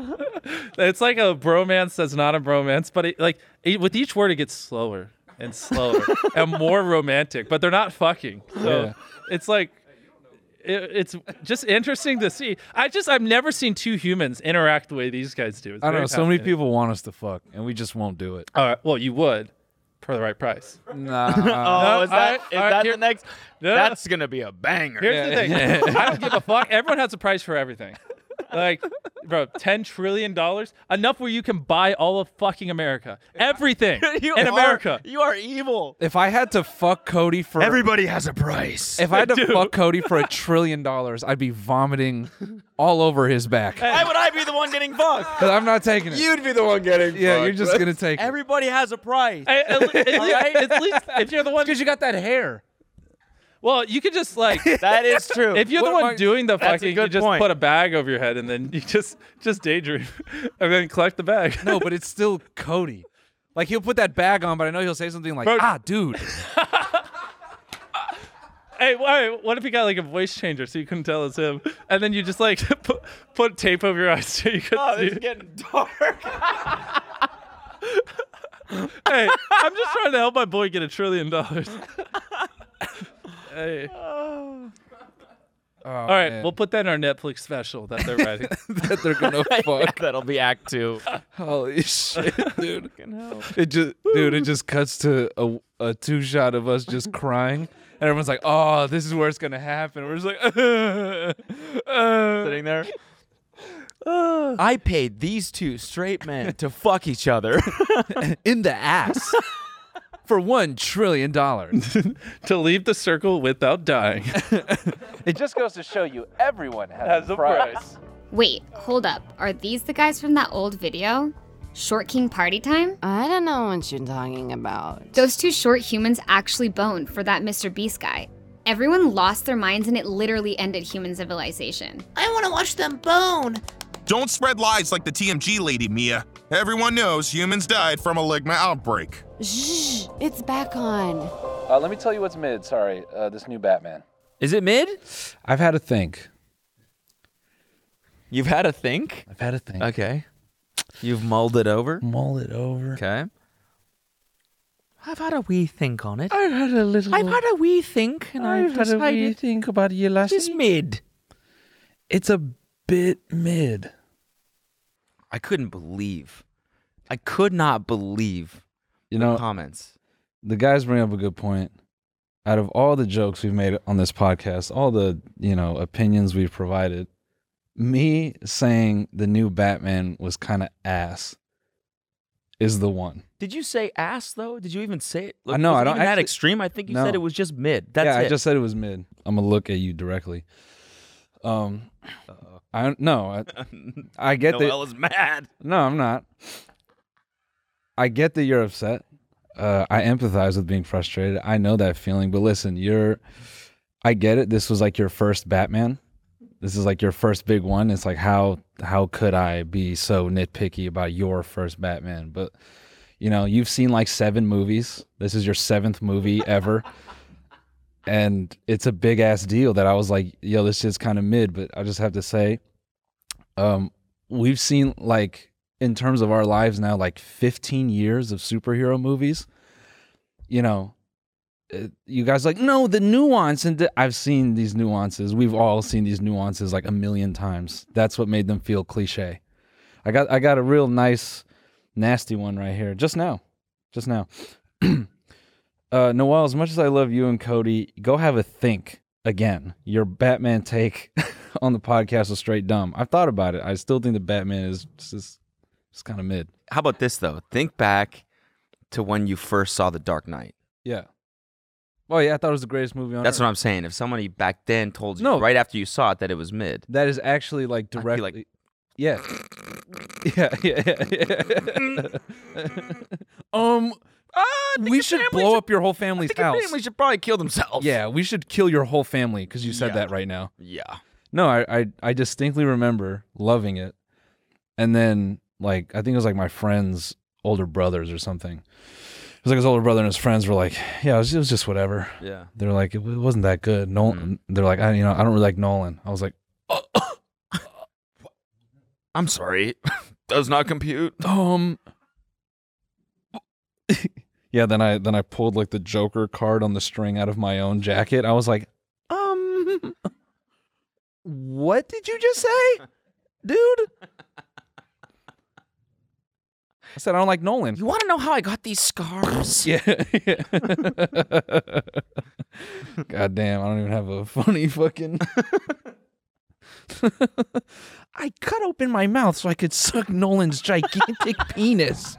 [SPEAKER 10] it's like a bromance that's not a bromance, but it, like it, with each word, it gets slower and slower and more romantic. But they're not fucking, so
[SPEAKER 7] Yeah.
[SPEAKER 10] it's like it, it's just interesting to see. I just I've never seen two humans interact the way these guys do. It's
[SPEAKER 7] I don't
[SPEAKER 10] very
[SPEAKER 7] know. So many
[SPEAKER 10] fascinating.
[SPEAKER 7] people want us to fuck, and we just won't do it.
[SPEAKER 10] All right, well, you would for the right price. Oh,
[SPEAKER 7] Nah.
[SPEAKER 10] No, all right, all right, here-
[SPEAKER 6] next?
[SPEAKER 10] No.
[SPEAKER 6] gonna be a banger.
[SPEAKER 10] Here's the thing. I don't give a fuck. Everyone has a price for everything. Like, bro, ten trillion dollars enough where you can buy all of fucking America, everything
[SPEAKER 6] You
[SPEAKER 10] in
[SPEAKER 6] are-
[SPEAKER 10] America.
[SPEAKER 6] you are evil.
[SPEAKER 7] if I had to fuck Cody for
[SPEAKER 6] Everybody has a price.
[SPEAKER 7] if I had to fuck Cody for a trillion dollars, I'd be vomiting all over his back.
[SPEAKER 6] Why would I be the one getting fucked?
[SPEAKER 7] 'Cause I'm not taking it.
[SPEAKER 6] You'd be the one getting
[SPEAKER 7] yeah, you're just gonna take it.
[SPEAKER 6] Everybody has a price.
[SPEAKER 10] At, at le- at le-
[SPEAKER 6] Alright.
[SPEAKER 10] at least if you're the one,
[SPEAKER 7] Because you got that hair.
[SPEAKER 10] well, you could just like.
[SPEAKER 6] That is true.
[SPEAKER 10] If you're the
[SPEAKER 7] What
[SPEAKER 10] one
[SPEAKER 7] am I-
[SPEAKER 10] doing the
[SPEAKER 6] That's a
[SPEAKER 10] fucking, you
[SPEAKER 6] good
[SPEAKER 10] just
[SPEAKER 6] point.
[SPEAKER 10] put a bag over your head and then you just just daydream, and then collect the bag.
[SPEAKER 7] No, but it's still Cody. Like he'll put that bag on, but I know he'll say something like,
[SPEAKER 10] Bro-
[SPEAKER 7] "Ah, dude."
[SPEAKER 10] Hey, all right, what if you got like a voice changer so you couldn't tell it's him, and then you just like put, put tape over your eyes so you couldn't see? it?
[SPEAKER 6] Oh, getting dark.
[SPEAKER 10] hey, I'm just trying to help my boy get a trillion dollars. hey. All right,
[SPEAKER 7] Oh, man.
[SPEAKER 10] we'll put that in our Netflix special that they're writing.
[SPEAKER 7] that they're gonna fuck.
[SPEAKER 6] That'll be Act Two.
[SPEAKER 7] Holy shit, dude! It just, dude, it just cuts to a, a two shot of us just crying, and everyone's like, "Oh, this is where it's gonna happen." We're just like, uh,
[SPEAKER 6] Sitting there. I paid these two straight men to fuck each other.
[SPEAKER 7] in the ass for one trillion dollars.
[SPEAKER 10] to leave the circle without dying.
[SPEAKER 7] it just goes to show you, everyone
[SPEAKER 10] That's the price.
[SPEAKER 3] Wait, hold up. Are these the guys from that old video? Short King Party Time?
[SPEAKER 4] I don't know what you're talking about.
[SPEAKER 3] Those two short humans actually boned for that Mr. Beast guy. Everyone lost their minds and it literally ended human civilization.
[SPEAKER 11] I want to watch them bone.
[SPEAKER 2] Don't spread lies like the TMG lady, Mia. Everyone knows humans died from a ligma outbreak.
[SPEAKER 4] Shh, it's back on.
[SPEAKER 7] Uh, let me tell you what's mid. Sorry, uh, this new Batman.
[SPEAKER 6] Is it mid?
[SPEAKER 7] I've had a think.
[SPEAKER 6] You've had a think.
[SPEAKER 7] I've had a think.
[SPEAKER 6] Okay. You've mulled it over.
[SPEAKER 7] Mull it over.
[SPEAKER 6] Okay. I've had a wee think on it.
[SPEAKER 7] I've had a little.
[SPEAKER 6] I've had a wee think, and I've, decided
[SPEAKER 7] think about you last
[SPEAKER 6] it's mid.
[SPEAKER 7] It's a bit mid.
[SPEAKER 6] I couldn't believe. I could not believe
[SPEAKER 7] You know,
[SPEAKER 6] comments.
[SPEAKER 7] the guys bring up a good point. Out of all the jokes we've made on this podcast, all the, you know, opinions we've provided, me saying the new Batman was kind of ass is the one.
[SPEAKER 6] Did you say ass though? Did you even say it?
[SPEAKER 7] I know,
[SPEAKER 6] was it
[SPEAKER 7] I don't
[SPEAKER 6] even that
[SPEAKER 7] actually-
[SPEAKER 6] extreme. I think you
[SPEAKER 7] No.
[SPEAKER 6] said it was just mid. That's
[SPEAKER 7] yeah,
[SPEAKER 6] it.
[SPEAKER 7] I just said it was mid. I'm gonna look at you directly. Um, I no, I, I get that.
[SPEAKER 6] Noelle is mad.
[SPEAKER 7] No, I'm not. I get that you're upset. Uh, I empathize with being frustrated. I know that feeling. But listen, you're. I get it. This was like your first Batman. This is like your first big one. It's like how how could I be so nitpicky about your first Batman? But you know, you've seen like seven movies. This is your seventh movie ever. and it's a big ass deal that I was like, yo, this shit's kind of mid, but I just have to say, um, we've seen like in terms of our lives now, like 15 years of superhero movies. You know, uh, you guys like no the nuance and the-" I've seen these nuances. We've all seen these nuances like a million times. That's what made them feel cliche. I got I got a real nice nasty one right here just now, just now. uh, Noel, as much as I love you and Cody, go have a think again. Your Batman take on the podcast was straight dumb. I've thought about it. I still think the Batman is just it's kind of mid.
[SPEAKER 6] How about this though? Think back to when you first saw The Dark Knight.
[SPEAKER 7] Yeah. Oh yeah, I thought it was the greatest movie on
[SPEAKER 6] That's
[SPEAKER 7] earth.
[SPEAKER 6] what I'm saying. If somebody back then told you
[SPEAKER 7] No.
[SPEAKER 6] right after you saw it that it was mid,
[SPEAKER 7] That is actually like
[SPEAKER 6] I'd be
[SPEAKER 7] directly.
[SPEAKER 6] like-
[SPEAKER 7] yeah. yeah. Yeah. Yeah. um. we should blow up your whole family's house.
[SPEAKER 6] family should probably kill themselves.
[SPEAKER 7] Yeah, we should kill your whole family because you said that right now.
[SPEAKER 6] Yeah.
[SPEAKER 7] No, I, I I distinctly remember loving it, and then like I think it was like my friend's older brothers or something. It was like his older brother and his friends were like, "Yeah, it was, it was just whatever."
[SPEAKER 6] Yeah.
[SPEAKER 7] they're like, "It wa- wasn't that good." Nolan, they're like, "I you know I don't really like Nolan." I was like,
[SPEAKER 6] I'm sorry. Does not compute.
[SPEAKER 7] Um. "Yeah." Then I then I pulled like the Joker card on the string out of my own jacket. I was like, Um, what did you just say, dude? I said I don't like Nolan.
[SPEAKER 6] You want to know how I got these scars?
[SPEAKER 7] Yeah. God damn, I don't even have a funny fucking. I cut open my mouth so I could suck Nolan's gigantic penis.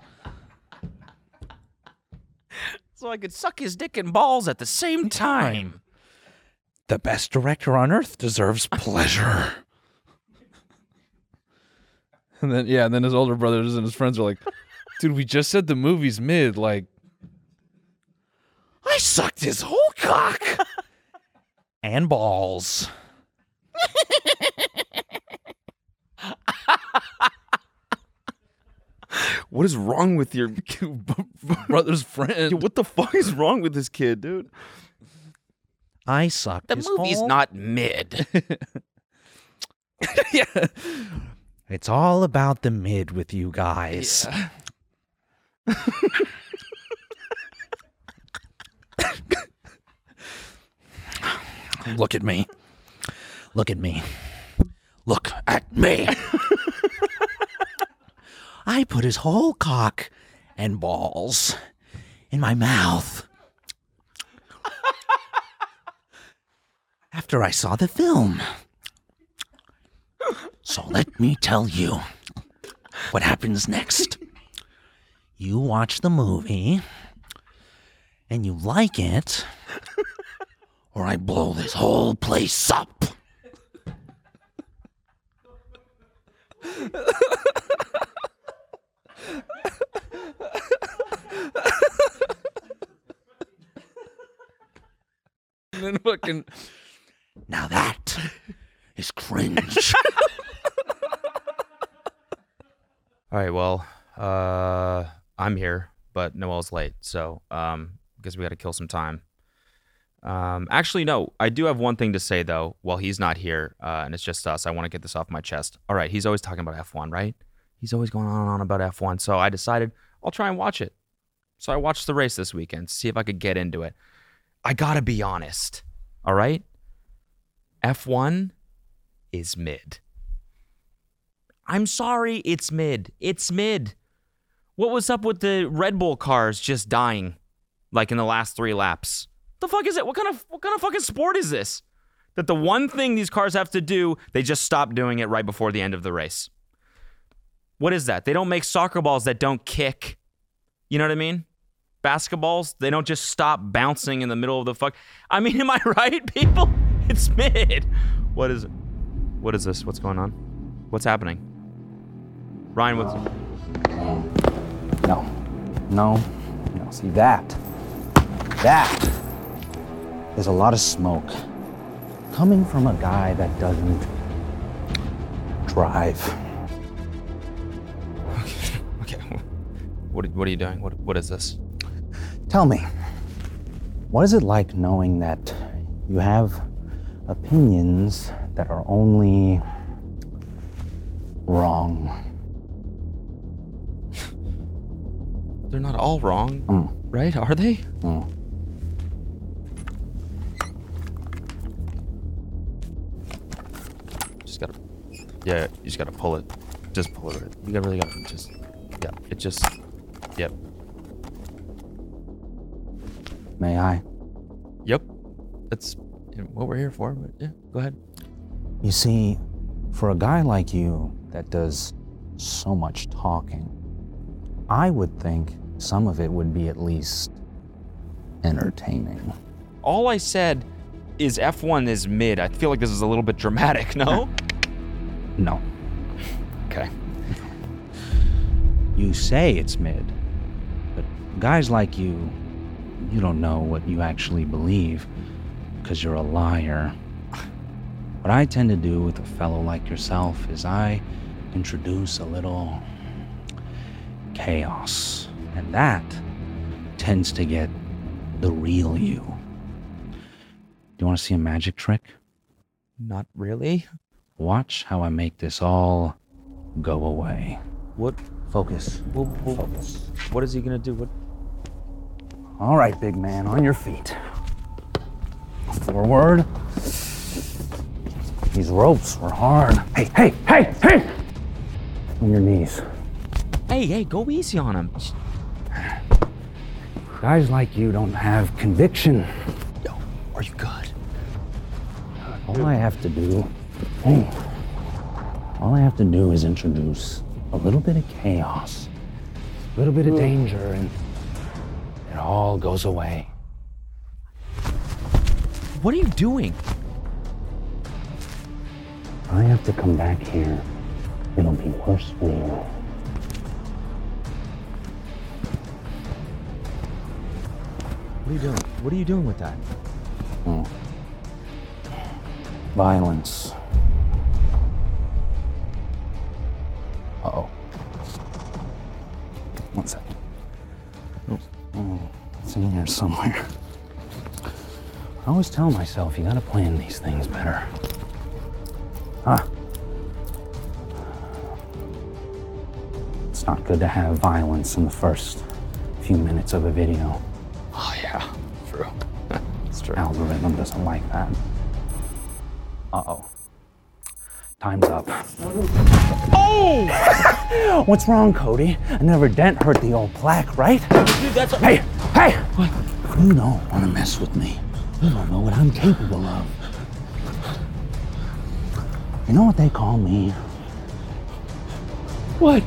[SPEAKER 6] so I could suck his dick and balls at the same time.
[SPEAKER 7] The best director on earth deserves pleasure. and then, yeah, and then his older brothers and his friends are like, dude, we just said the movie's mid. Like, I sucked his whole cock and balls.
[SPEAKER 6] What is wrong with your
[SPEAKER 7] brother's friend?
[SPEAKER 6] what the fuck is wrong with this kid, dude?
[SPEAKER 7] I sucked
[SPEAKER 6] The movie's not mid.
[SPEAKER 7] It's all about the mid with you guys. Look at me. Look at me. Look at me. I put his whole cock and balls in my mouth. After I saw the film. So let me tell you what happens next. You watch the movie and you like it, or I blow this whole place up. and then fucking. Now that is cringe.
[SPEAKER 6] All right, well, uh, I'm here, but Noel's late, so um, guess we got to kill some time. Um, actually, no, I do have one thing to say though. While he's not here, uh, and it's just us, I want to get this off my chest. All right, he's always talking about F1, right? He's always going on and on about F1, so I decided I'll try and watch it. So I watched the race this weekend, see if I could get into it. I gotta be honest, all right? F1 is mid. I'm sorry, it's mid. It's mid. What was up with the Red Bull cars just dying, like in the last three laps? The fuck is it? What kind of what kind of fucking sport is this? That the one thing these cars have to do, they just stop doing it right before the end of the race. What is that? They don't make soccer balls that don't kick. You know what I mean? Basketballs, they don't just stop bouncing in the middle of the fuck. I mean, am I right, people? It's mid. What is it? What is this? What's going on? What's happening? Ryan, what's.
[SPEAKER 13] No. No. No. See, that. That. There's a lot of smoke coming from a guy that doesn't drive.
[SPEAKER 6] What, what are you doing? What, what is this?
[SPEAKER 13] Tell me, what is it like knowing that you have opinions that are only wrong?
[SPEAKER 6] They're not all wrong, right? Are they? Just gotta. Yeah, you just gotta pull it. Just pull it. right- You gotta really gotta just. Yeah, it just. Yep.
[SPEAKER 13] May I?
[SPEAKER 6] Yep. That's what we're here for. But yeah, go ahead.
[SPEAKER 13] You see, for a guy like you that does so much talking, I would think some of it would be at least entertaining.
[SPEAKER 6] All I said is F1 is mid. I feel like this is a little bit dramatic, no?
[SPEAKER 13] No. Okay. You say it's mid, but guys like you, you don't know what you actually believe because you're a liar. What I tend to do with a fellow like yourself is I introduce a little chaos, and that tends to get the real you. Do you want to see a magic trick?
[SPEAKER 6] Not really.
[SPEAKER 13] Watch how I make this all go away.
[SPEAKER 6] What?
[SPEAKER 13] Focus. Focus.
[SPEAKER 6] What is he gonna do? What?
[SPEAKER 13] All right, big man, on your feet. Forward. These ropes were hard. Hey, hey, hey, hey! On your knees.
[SPEAKER 6] Hey, hey, go easy on him.
[SPEAKER 13] Guys like you don't have conviction.
[SPEAKER 6] Are you good?
[SPEAKER 13] All I have to do, hey, all I have to do is introduce a little bit of chaos, a little
[SPEAKER 6] Hmm.
[SPEAKER 13] bit of danger, and it all goes away.
[SPEAKER 6] What are you doing?
[SPEAKER 13] I have to come back here. It'll be worse for you.
[SPEAKER 6] What are you doing? What are you doing with that?
[SPEAKER 13] Mm. Violence. Uh oh. One second. Oh, it's in here somewhere. I always tell myself you gotta plan these things better. Huh. It's not good to have violence in the first few minutes of a video. Oh, yeah. True. it's true. Algorithm doesn't like that. Uh oh. Time's up. Oh! What's wrong, Cody? Another dent hurt the old plaque, right?
[SPEAKER 14] Dude, that's
[SPEAKER 13] Hey! Hey! You don't want to mess with me. You don't know what I'm capable of. You know what they call me?
[SPEAKER 14] What?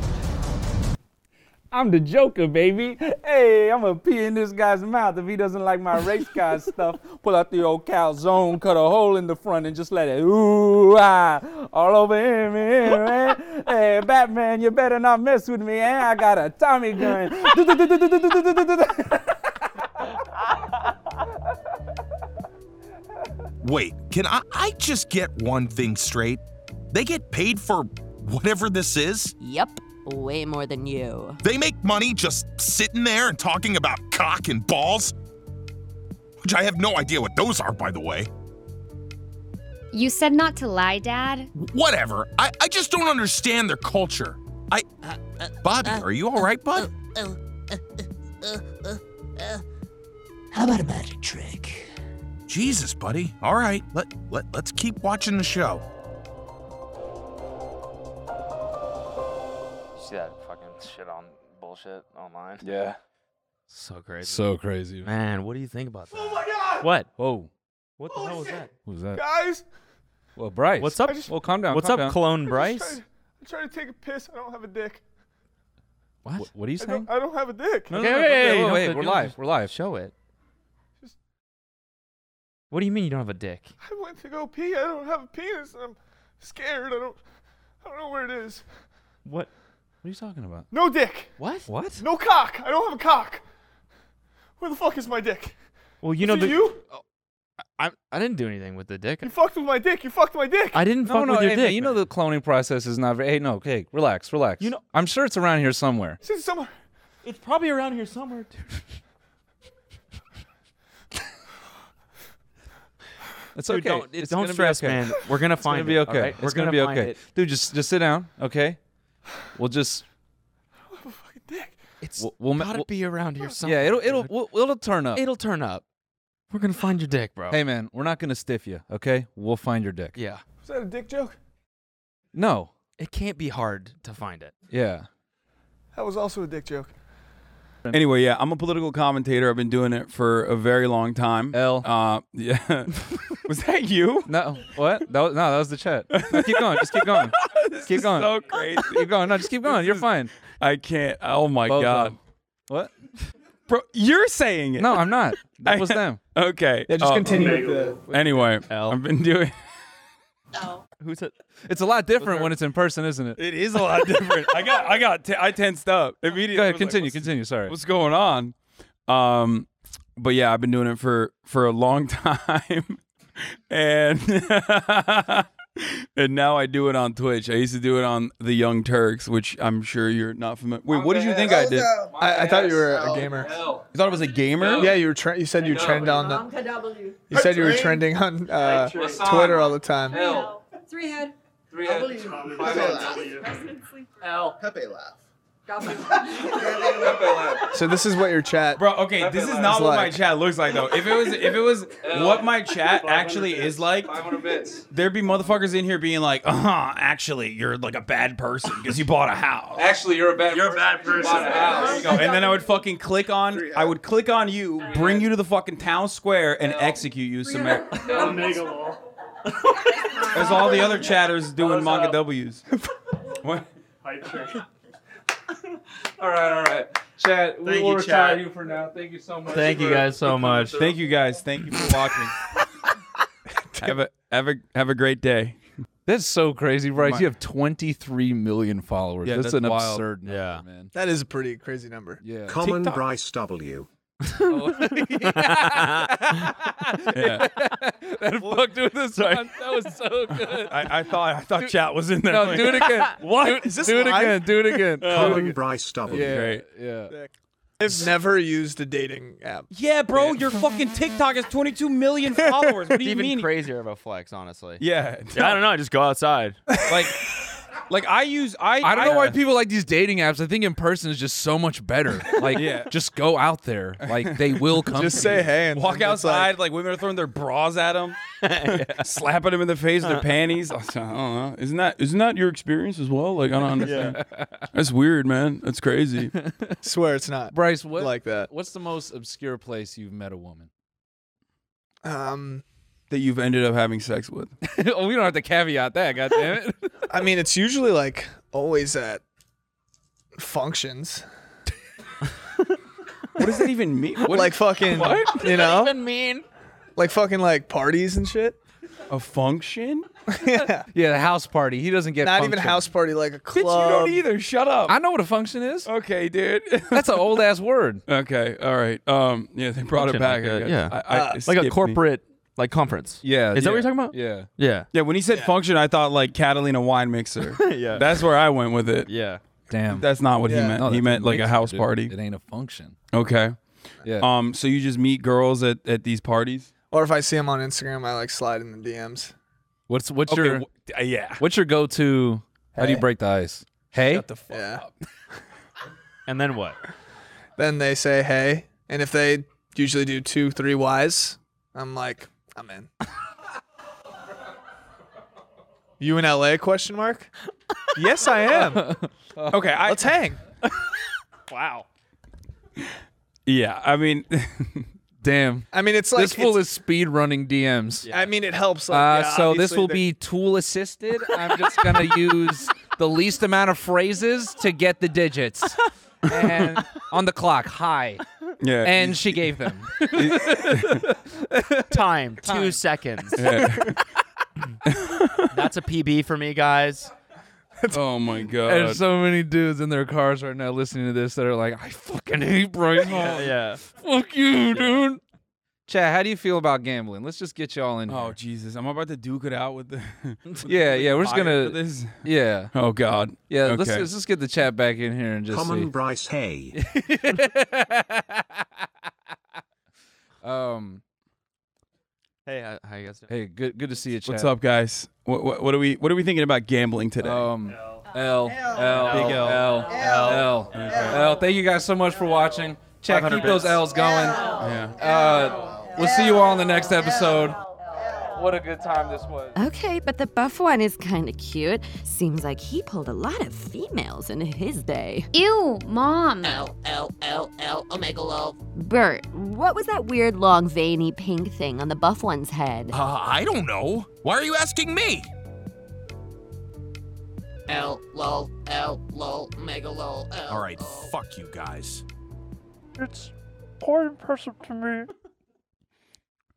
[SPEAKER 14] I'm the Joker, baby. Hey, I'm gonna pee in this guy's mouth if he doesn't like my race car stuff. Pull out the old calzone, cut a hole in the front, and just let it ooh ah all over him, him man. Hey, Batman, you better not mess with me, eh? I got a Tommy gun.
[SPEAKER 2] Wait, can I, I just get one thing straight? They get paid for whatever this is?
[SPEAKER 4] Yep, way more than you.
[SPEAKER 2] They make money just sitting there and talking about cock and balls? Which I have no idea what those are, by the way.
[SPEAKER 3] You said not to lie, Dad.
[SPEAKER 2] Whatever. I, I just don't understand their culture. I.
[SPEAKER 11] Uh,
[SPEAKER 2] Bobby, are you alright, bud?
[SPEAKER 15] How about a magic trick?
[SPEAKER 2] Jesus, buddy. Alright, let, let, let's keep watching the show.
[SPEAKER 6] You see that fucking shit on bullshit online?
[SPEAKER 7] Yeah.
[SPEAKER 6] So crazy.
[SPEAKER 7] So crazy.
[SPEAKER 6] Man, what do you think about that?
[SPEAKER 14] Oh my God!
[SPEAKER 6] What?
[SPEAKER 7] Whoa.
[SPEAKER 6] What the hell was that?
[SPEAKER 7] What was that?
[SPEAKER 14] Guys,
[SPEAKER 7] Well, Bryce.
[SPEAKER 6] What's up?
[SPEAKER 7] well, calm down.
[SPEAKER 6] What's
[SPEAKER 7] calm
[SPEAKER 6] up,
[SPEAKER 7] down.
[SPEAKER 6] Cologne Bryce?
[SPEAKER 14] I'm trying to take a piss. I don't have a dick.
[SPEAKER 7] What? What, are you
[SPEAKER 16] I
[SPEAKER 7] saying?
[SPEAKER 16] don't, I don't have a dick.
[SPEAKER 7] No, no, no, Hey,
[SPEAKER 17] wait,
[SPEAKER 7] don't
[SPEAKER 17] wait,
[SPEAKER 7] fit-
[SPEAKER 17] we're
[SPEAKER 7] you don't
[SPEAKER 17] live.
[SPEAKER 7] just-
[SPEAKER 17] We're live. Show it. What do you mean you don't have a dick?
[SPEAKER 16] I went to go pee. I don't have a penis. I'm scared. I don't. I don't know where it is.
[SPEAKER 17] What?
[SPEAKER 7] What are you talking about?
[SPEAKER 16] No dick.
[SPEAKER 17] What? What?
[SPEAKER 16] No cock. I don't have a cock. Where the fuck is my dick?
[SPEAKER 17] Well, you
[SPEAKER 16] Was
[SPEAKER 17] know the
[SPEAKER 16] it you?
[SPEAKER 17] I I didn't do anything with the dick.
[SPEAKER 16] You fucked with my dick. You fucked my dick.
[SPEAKER 7] no, no, hey, man, you know the cloning process is not very. Hey, no, okay, relax, relax. You know, I'm sure it's around here somewhere.
[SPEAKER 16] It's in somewhere.
[SPEAKER 17] It's probably around here somewhere, dude.
[SPEAKER 7] It's
[SPEAKER 17] Dude,
[SPEAKER 7] okay.
[SPEAKER 17] don't-
[SPEAKER 7] it's
[SPEAKER 17] don't
[SPEAKER 7] gonna be
[SPEAKER 17] stress,
[SPEAKER 7] okay.
[SPEAKER 17] man. We're gonna find
[SPEAKER 7] it's gonna be
[SPEAKER 17] it,
[SPEAKER 7] okay.
[SPEAKER 17] alright?
[SPEAKER 7] It's
[SPEAKER 17] We're gonna
[SPEAKER 7] gonna, be
[SPEAKER 17] find
[SPEAKER 7] okay,
[SPEAKER 17] it.
[SPEAKER 7] dude. Just just sit down, okay? We'll just.
[SPEAKER 17] It's
[SPEAKER 7] We'll, we'll ma-
[SPEAKER 17] gotta
[SPEAKER 7] we'll-
[SPEAKER 17] be around here somewhere.
[SPEAKER 7] Yeah, it'll it'll
[SPEAKER 17] dude.
[SPEAKER 7] we'll, it'll turn up.
[SPEAKER 17] It'll turn up. We're gonna find your dick, bro.
[SPEAKER 7] Hey man, we're not gonna stiff you, okay? We'll find your dick.
[SPEAKER 17] Yeah.
[SPEAKER 16] Was that a dick joke?
[SPEAKER 7] No.
[SPEAKER 17] It can't be hard to find it.
[SPEAKER 7] Yeah.
[SPEAKER 16] That was also a dick joke.
[SPEAKER 18] Anyway, yeah, I'm a political commentator. I've been doing it for a very long time. L. Uh, yeah. was that you?
[SPEAKER 7] No. What? That was, no, that was the chat. No, keep going. Just keep going. keep going.
[SPEAKER 18] So crazy.
[SPEAKER 7] Keep going. No, just keep going. You're fine.
[SPEAKER 18] I can't. Oh my
[SPEAKER 7] Both of
[SPEAKER 18] god.
[SPEAKER 7] them. What?
[SPEAKER 18] Bro, you're saying it.
[SPEAKER 7] No, I'm not. That was
[SPEAKER 18] I-
[SPEAKER 7] them.
[SPEAKER 18] Okay.
[SPEAKER 7] Yeah, just
[SPEAKER 18] Uh,
[SPEAKER 7] continue with the-
[SPEAKER 18] Anyway, i I've been doing.
[SPEAKER 17] Who's it?
[SPEAKER 7] It's a lot different when it's in person, isn't it?
[SPEAKER 18] It is a lot different. I got, I got, t- I tensed up immediately.
[SPEAKER 7] Go
[SPEAKER 18] I was
[SPEAKER 7] ahead.
[SPEAKER 18] like,
[SPEAKER 7] Continue.
[SPEAKER 18] what's-
[SPEAKER 7] continue. Sorry.
[SPEAKER 18] What's going on? Um, but yeah, I've been doing it for for a long time, and and now I do it on Twitch. I used to do it on the Young Turks, which I'm sure you're not familiar. Wait, what did you think I did?
[SPEAKER 19] I, I thought you were a gamer.
[SPEAKER 18] You thought it was a gamer?
[SPEAKER 19] Yeah, you were. Tre- you said you trend on the. You said you were trending on uh,
[SPEAKER 20] What's
[SPEAKER 19] Twitter
[SPEAKER 20] on?
[SPEAKER 19] all the time.
[SPEAKER 20] Three head.
[SPEAKER 21] Three head. Five head.
[SPEAKER 20] L. Pepe laugh.
[SPEAKER 19] So this is what your chat.
[SPEAKER 18] Bro, okay, this is not what my chat looks like though. If it was, if it was what my chat actually is like, there'd be motherfuckers in here being like, "Uh huh, actually, you're like a bad person because you bought a house."
[SPEAKER 20] Actually, you're a bad. You're a bad person.
[SPEAKER 18] There you go. And then I would fucking click on, I would click on you, bring you to the fucking town square, and execute you, Samar. There's all the other chatters doing manga W's. What?
[SPEAKER 14] All right, all right. Chat, we
[SPEAKER 21] Thank
[SPEAKER 14] will
[SPEAKER 18] you,
[SPEAKER 14] retire
[SPEAKER 18] chat.
[SPEAKER 14] you for now. Thank you so much.
[SPEAKER 17] Thank you guys so much.
[SPEAKER 18] Thank you guys. Thank you for watching. have a have a have a great day.
[SPEAKER 7] That's so crazy, right?
[SPEAKER 18] My-
[SPEAKER 7] You have 23 million followers.
[SPEAKER 18] Yeah,
[SPEAKER 7] that's,
[SPEAKER 18] that's
[SPEAKER 7] an
[SPEAKER 18] wild.
[SPEAKER 7] absurd number,
[SPEAKER 18] Yeah.
[SPEAKER 7] man.
[SPEAKER 19] That is a pretty crazy number.
[SPEAKER 7] Yeah.
[SPEAKER 22] Common
[SPEAKER 7] TikTok.
[SPEAKER 22] Bryce W.
[SPEAKER 7] Yeah. that fucked with this
[SPEAKER 18] Sorry.
[SPEAKER 7] one. That was so good.
[SPEAKER 18] I, I thought I thought chat was in there.
[SPEAKER 7] No, do it again.
[SPEAKER 18] what?
[SPEAKER 7] Do- do it again. Do it again.
[SPEAKER 22] Common
[SPEAKER 7] Do it again.
[SPEAKER 22] Bryce W.
[SPEAKER 19] Yeah.
[SPEAKER 18] Great.
[SPEAKER 7] Yeah.
[SPEAKER 19] I've never used a dating app.
[SPEAKER 18] Yeah, bro, your fucking TikTok has 22 million followers. What do you
[SPEAKER 17] Even
[SPEAKER 18] mean?
[SPEAKER 17] crazier of a flex, honestly.
[SPEAKER 18] Yeah.
[SPEAKER 17] I don't know. I just go outside.
[SPEAKER 18] like, like I use I.
[SPEAKER 7] I don't know
[SPEAKER 19] uh,
[SPEAKER 7] why people like these dating apps. I think in person is just so much better. Like,
[SPEAKER 18] Yeah.
[SPEAKER 7] just go out there. Like, they will come. to you.
[SPEAKER 18] walk outside. Like, women are throwing their bras at them, slapping them in the face with
[SPEAKER 14] Uh-huh.
[SPEAKER 18] their panties. I don't know. Isn't that isn't that your experience as well? Like, I don't understand. That's weird, man. That's crazy.
[SPEAKER 19] Swear it's not.
[SPEAKER 7] Bryce, what
[SPEAKER 19] like that?
[SPEAKER 7] What's the most obscure place you've met a woman?
[SPEAKER 19] Um,
[SPEAKER 18] that you've ended up having sex with.
[SPEAKER 7] Oh, we don't have to caveat that. God damn it.
[SPEAKER 19] I mean, it's usually like always at functions.
[SPEAKER 18] what does that even mean? What
[SPEAKER 19] like fucking, you know,
[SPEAKER 17] mean?
[SPEAKER 19] like fucking like parties and shit.
[SPEAKER 18] A function?
[SPEAKER 19] yeah.
[SPEAKER 7] Yeah, the house party. He doesn't get
[SPEAKER 19] Not even
[SPEAKER 7] function.
[SPEAKER 19] house party, like a
[SPEAKER 18] Bitch, you
[SPEAKER 19] club.
[SPEAKER 18] don't either. Shut up.
[SPEAKER 7] I know what a function is.
[SPEAKER 18] Okay, dude.
[SPEAKER 7] That's an old ass word.
[SPEAKER 18] Okay, all right. Um, yeah, they brought it
[SPEAKER 17] Function,
[SPEAKER 18] back.
[SPEAKER 17] like
[SPEAKER 18] I
[SPEAKER 17] a-
[SPEAKER 18] guess.
[SPEAKER 17] yeah.
[SPEAKER 18] I- I-
[SPEAKER 17] Uh,
[SPEAKER 18] it
[SPEAKER 17] Like a
[SPEAKER 18] skipped me.
[SPEAKER 17] corporate, like, conference.
[SPEAKER 18] Yeah,
[SPEAKER 17] Is that what you're
[SPEAKER 18] yeah.
[SPEAKER 17] talking about?
[SPEAKER 7] Yeah,
[SPEAKER 17] Yeah.
[SPEAKER 18] yeah. When he said function, I thought like Catalina wine mixer.
[SPEAKER 17] Yeah.
[SPEAKER 18] that's where I went with it.
[SPEAKER 17] Yeah.
[SPEAKER 7] Damn.
[SPEAKER 18] that's not what he meant.
[SPEAKER 7] No,
[SPEAKER 18] he
[SPEAKER 7] that's
[SPEAKER 18] meant like a
[SPEAKER 7] mixer,
[SPEAKER 18] house
[SPEAKER 7] dude.
[SPEAKER 18] party.
[SPEAKER 7] It ain't a function.
[SPEAKER 18] Okay.
[SPEAKER 7] Yeah.
[SPEAKER 18] Um. So you just meet girls at at these parties.
[SPEAKER 19] Or if I see him on Instagram, I like slide in the DMs.
[SPEAKER 7] What's what's
[SPEAKER 18] Okay,
[SPEAKER 7] your
[SPEAKER 18] wh- uh, yeah?
[SPEAKER 7] What's your go to? How do you
[SPEAKER 19] Hey.
[SPEAKER 7] break the ice? Hey.
[SPEAKER 19] Shut the fuck up.
[SPEAKER 17] And then what?
[SPEAKER 19] Then they say hey, and if they usually do two, three Ys, I'm like, I'm in. you in LA? Question mark. yes, I am.
[SPEAKER 18] okay, I,
[SPEAKER 19] let's hang.
[SPEAKER 17] Wow.
[SPEAKER 18] Yeah. I mean,
[SPEAKER 7] damn.
[SPEAKER 19] I mean, it's
[SPEAKER 7] this
[SPEAKER 19] like
[SPEAKER 7] fool
[SPEAKER 19] it's-
[SPEAKER 7] is speed running DMs.
[SPEAKER 19] I mean, it helps. Like,
[SPEAKER 7] uh,
[SPEAKER 19] yeah,
[SPEAKER 7] so this
[SPEAKER 19] obviously
[SPEAKER 7] will
[SPEAKER 19] they-
[SPEAKER 7] be tool assisted. I'm just gonna use the least amount of phrases to get the digits.
[SPEAKER 17] and on the clock, hi.
[SPEAKER 18] Yeah.
[SPEAKER 17] And she gave them
[SPEAKER 6] time, two seconds.
[SPEAKER 18] Yeah.
[SPEAKER 6] That's a PB for me, guys.
[SPEAKER 18] oh my god.
[SPEAKER 7] There's so many dudes in their cars right now listening to this that are like, I fucking hate Bryce Hall.
[SPEAKER 6] Yeah, yeah.
[SPEAKER 7] Fuck you, dude. Chad, how do you feel about gambling? Let's just get y'all in.
[SPEAKER 18] Oh Jesus, I'm about to duke it out with the.
[SPEAKER 7] Yeah, yeah, we're just
[SPEAKER 18] Fire
[SPEAKER 7] gonna.
[SPEAKER 18] for this.
[SPEAKER 7] Yeah.
[SPEAKER 18] Oh God.
[SPEAKER 7] Yeah, let's,
[SPEAKER 18] Okay.
[SPEAKER 7] let's just get the chat back in here and just.
[SPEAKER 18] Common
[SPEAKER 7] see.
[SPEAKER 18] Bryce
[SPEAKER 7] Hay. um.
[SPEAKER 6] Hey, uh, how you guys doing?
[SPEAKER 7] Hey, good good to see you, Chad.
[SPEAKER 18] What's up, guys? What, what, what are we What are we thinking about gambling today?
[SPEAKER 7] Um, L L L L
[SPEAKER 18] Big L.
[SPEAKER 7] L L L. Thank you guys so much for watching. Chat, keep
[SPEAKER 18] 500
[SPEAKER 7] those
[SPEAKER 18] bits.
[SPEAKER 7] L's going.
[SPEAKER 18] Yeah.
[SPEAKER 7] Uh, we'll see you all in the next episode. What a good time this was.
[SPEAKER 4] Okay, but the buff one is kind of cute. Seems like he pulled a lot of females in his day.
[SPEAKER 3] Ew, Oh, mom.
[SPEAKER 4] L
[SPEAKER 23] L L L Omega Love.
[SPEAKER 4] Bert, what was that weird long veiny pink thing on the buff one's head?
[SPEAKER 2] Uh, I don't know. Why are you asking me?
[SPEAKER 23] L lol L lol Omega lol. L.
[SPEAKER 2] All right, fuck you guys.
[SPEAKER 16] It's quite impressive to me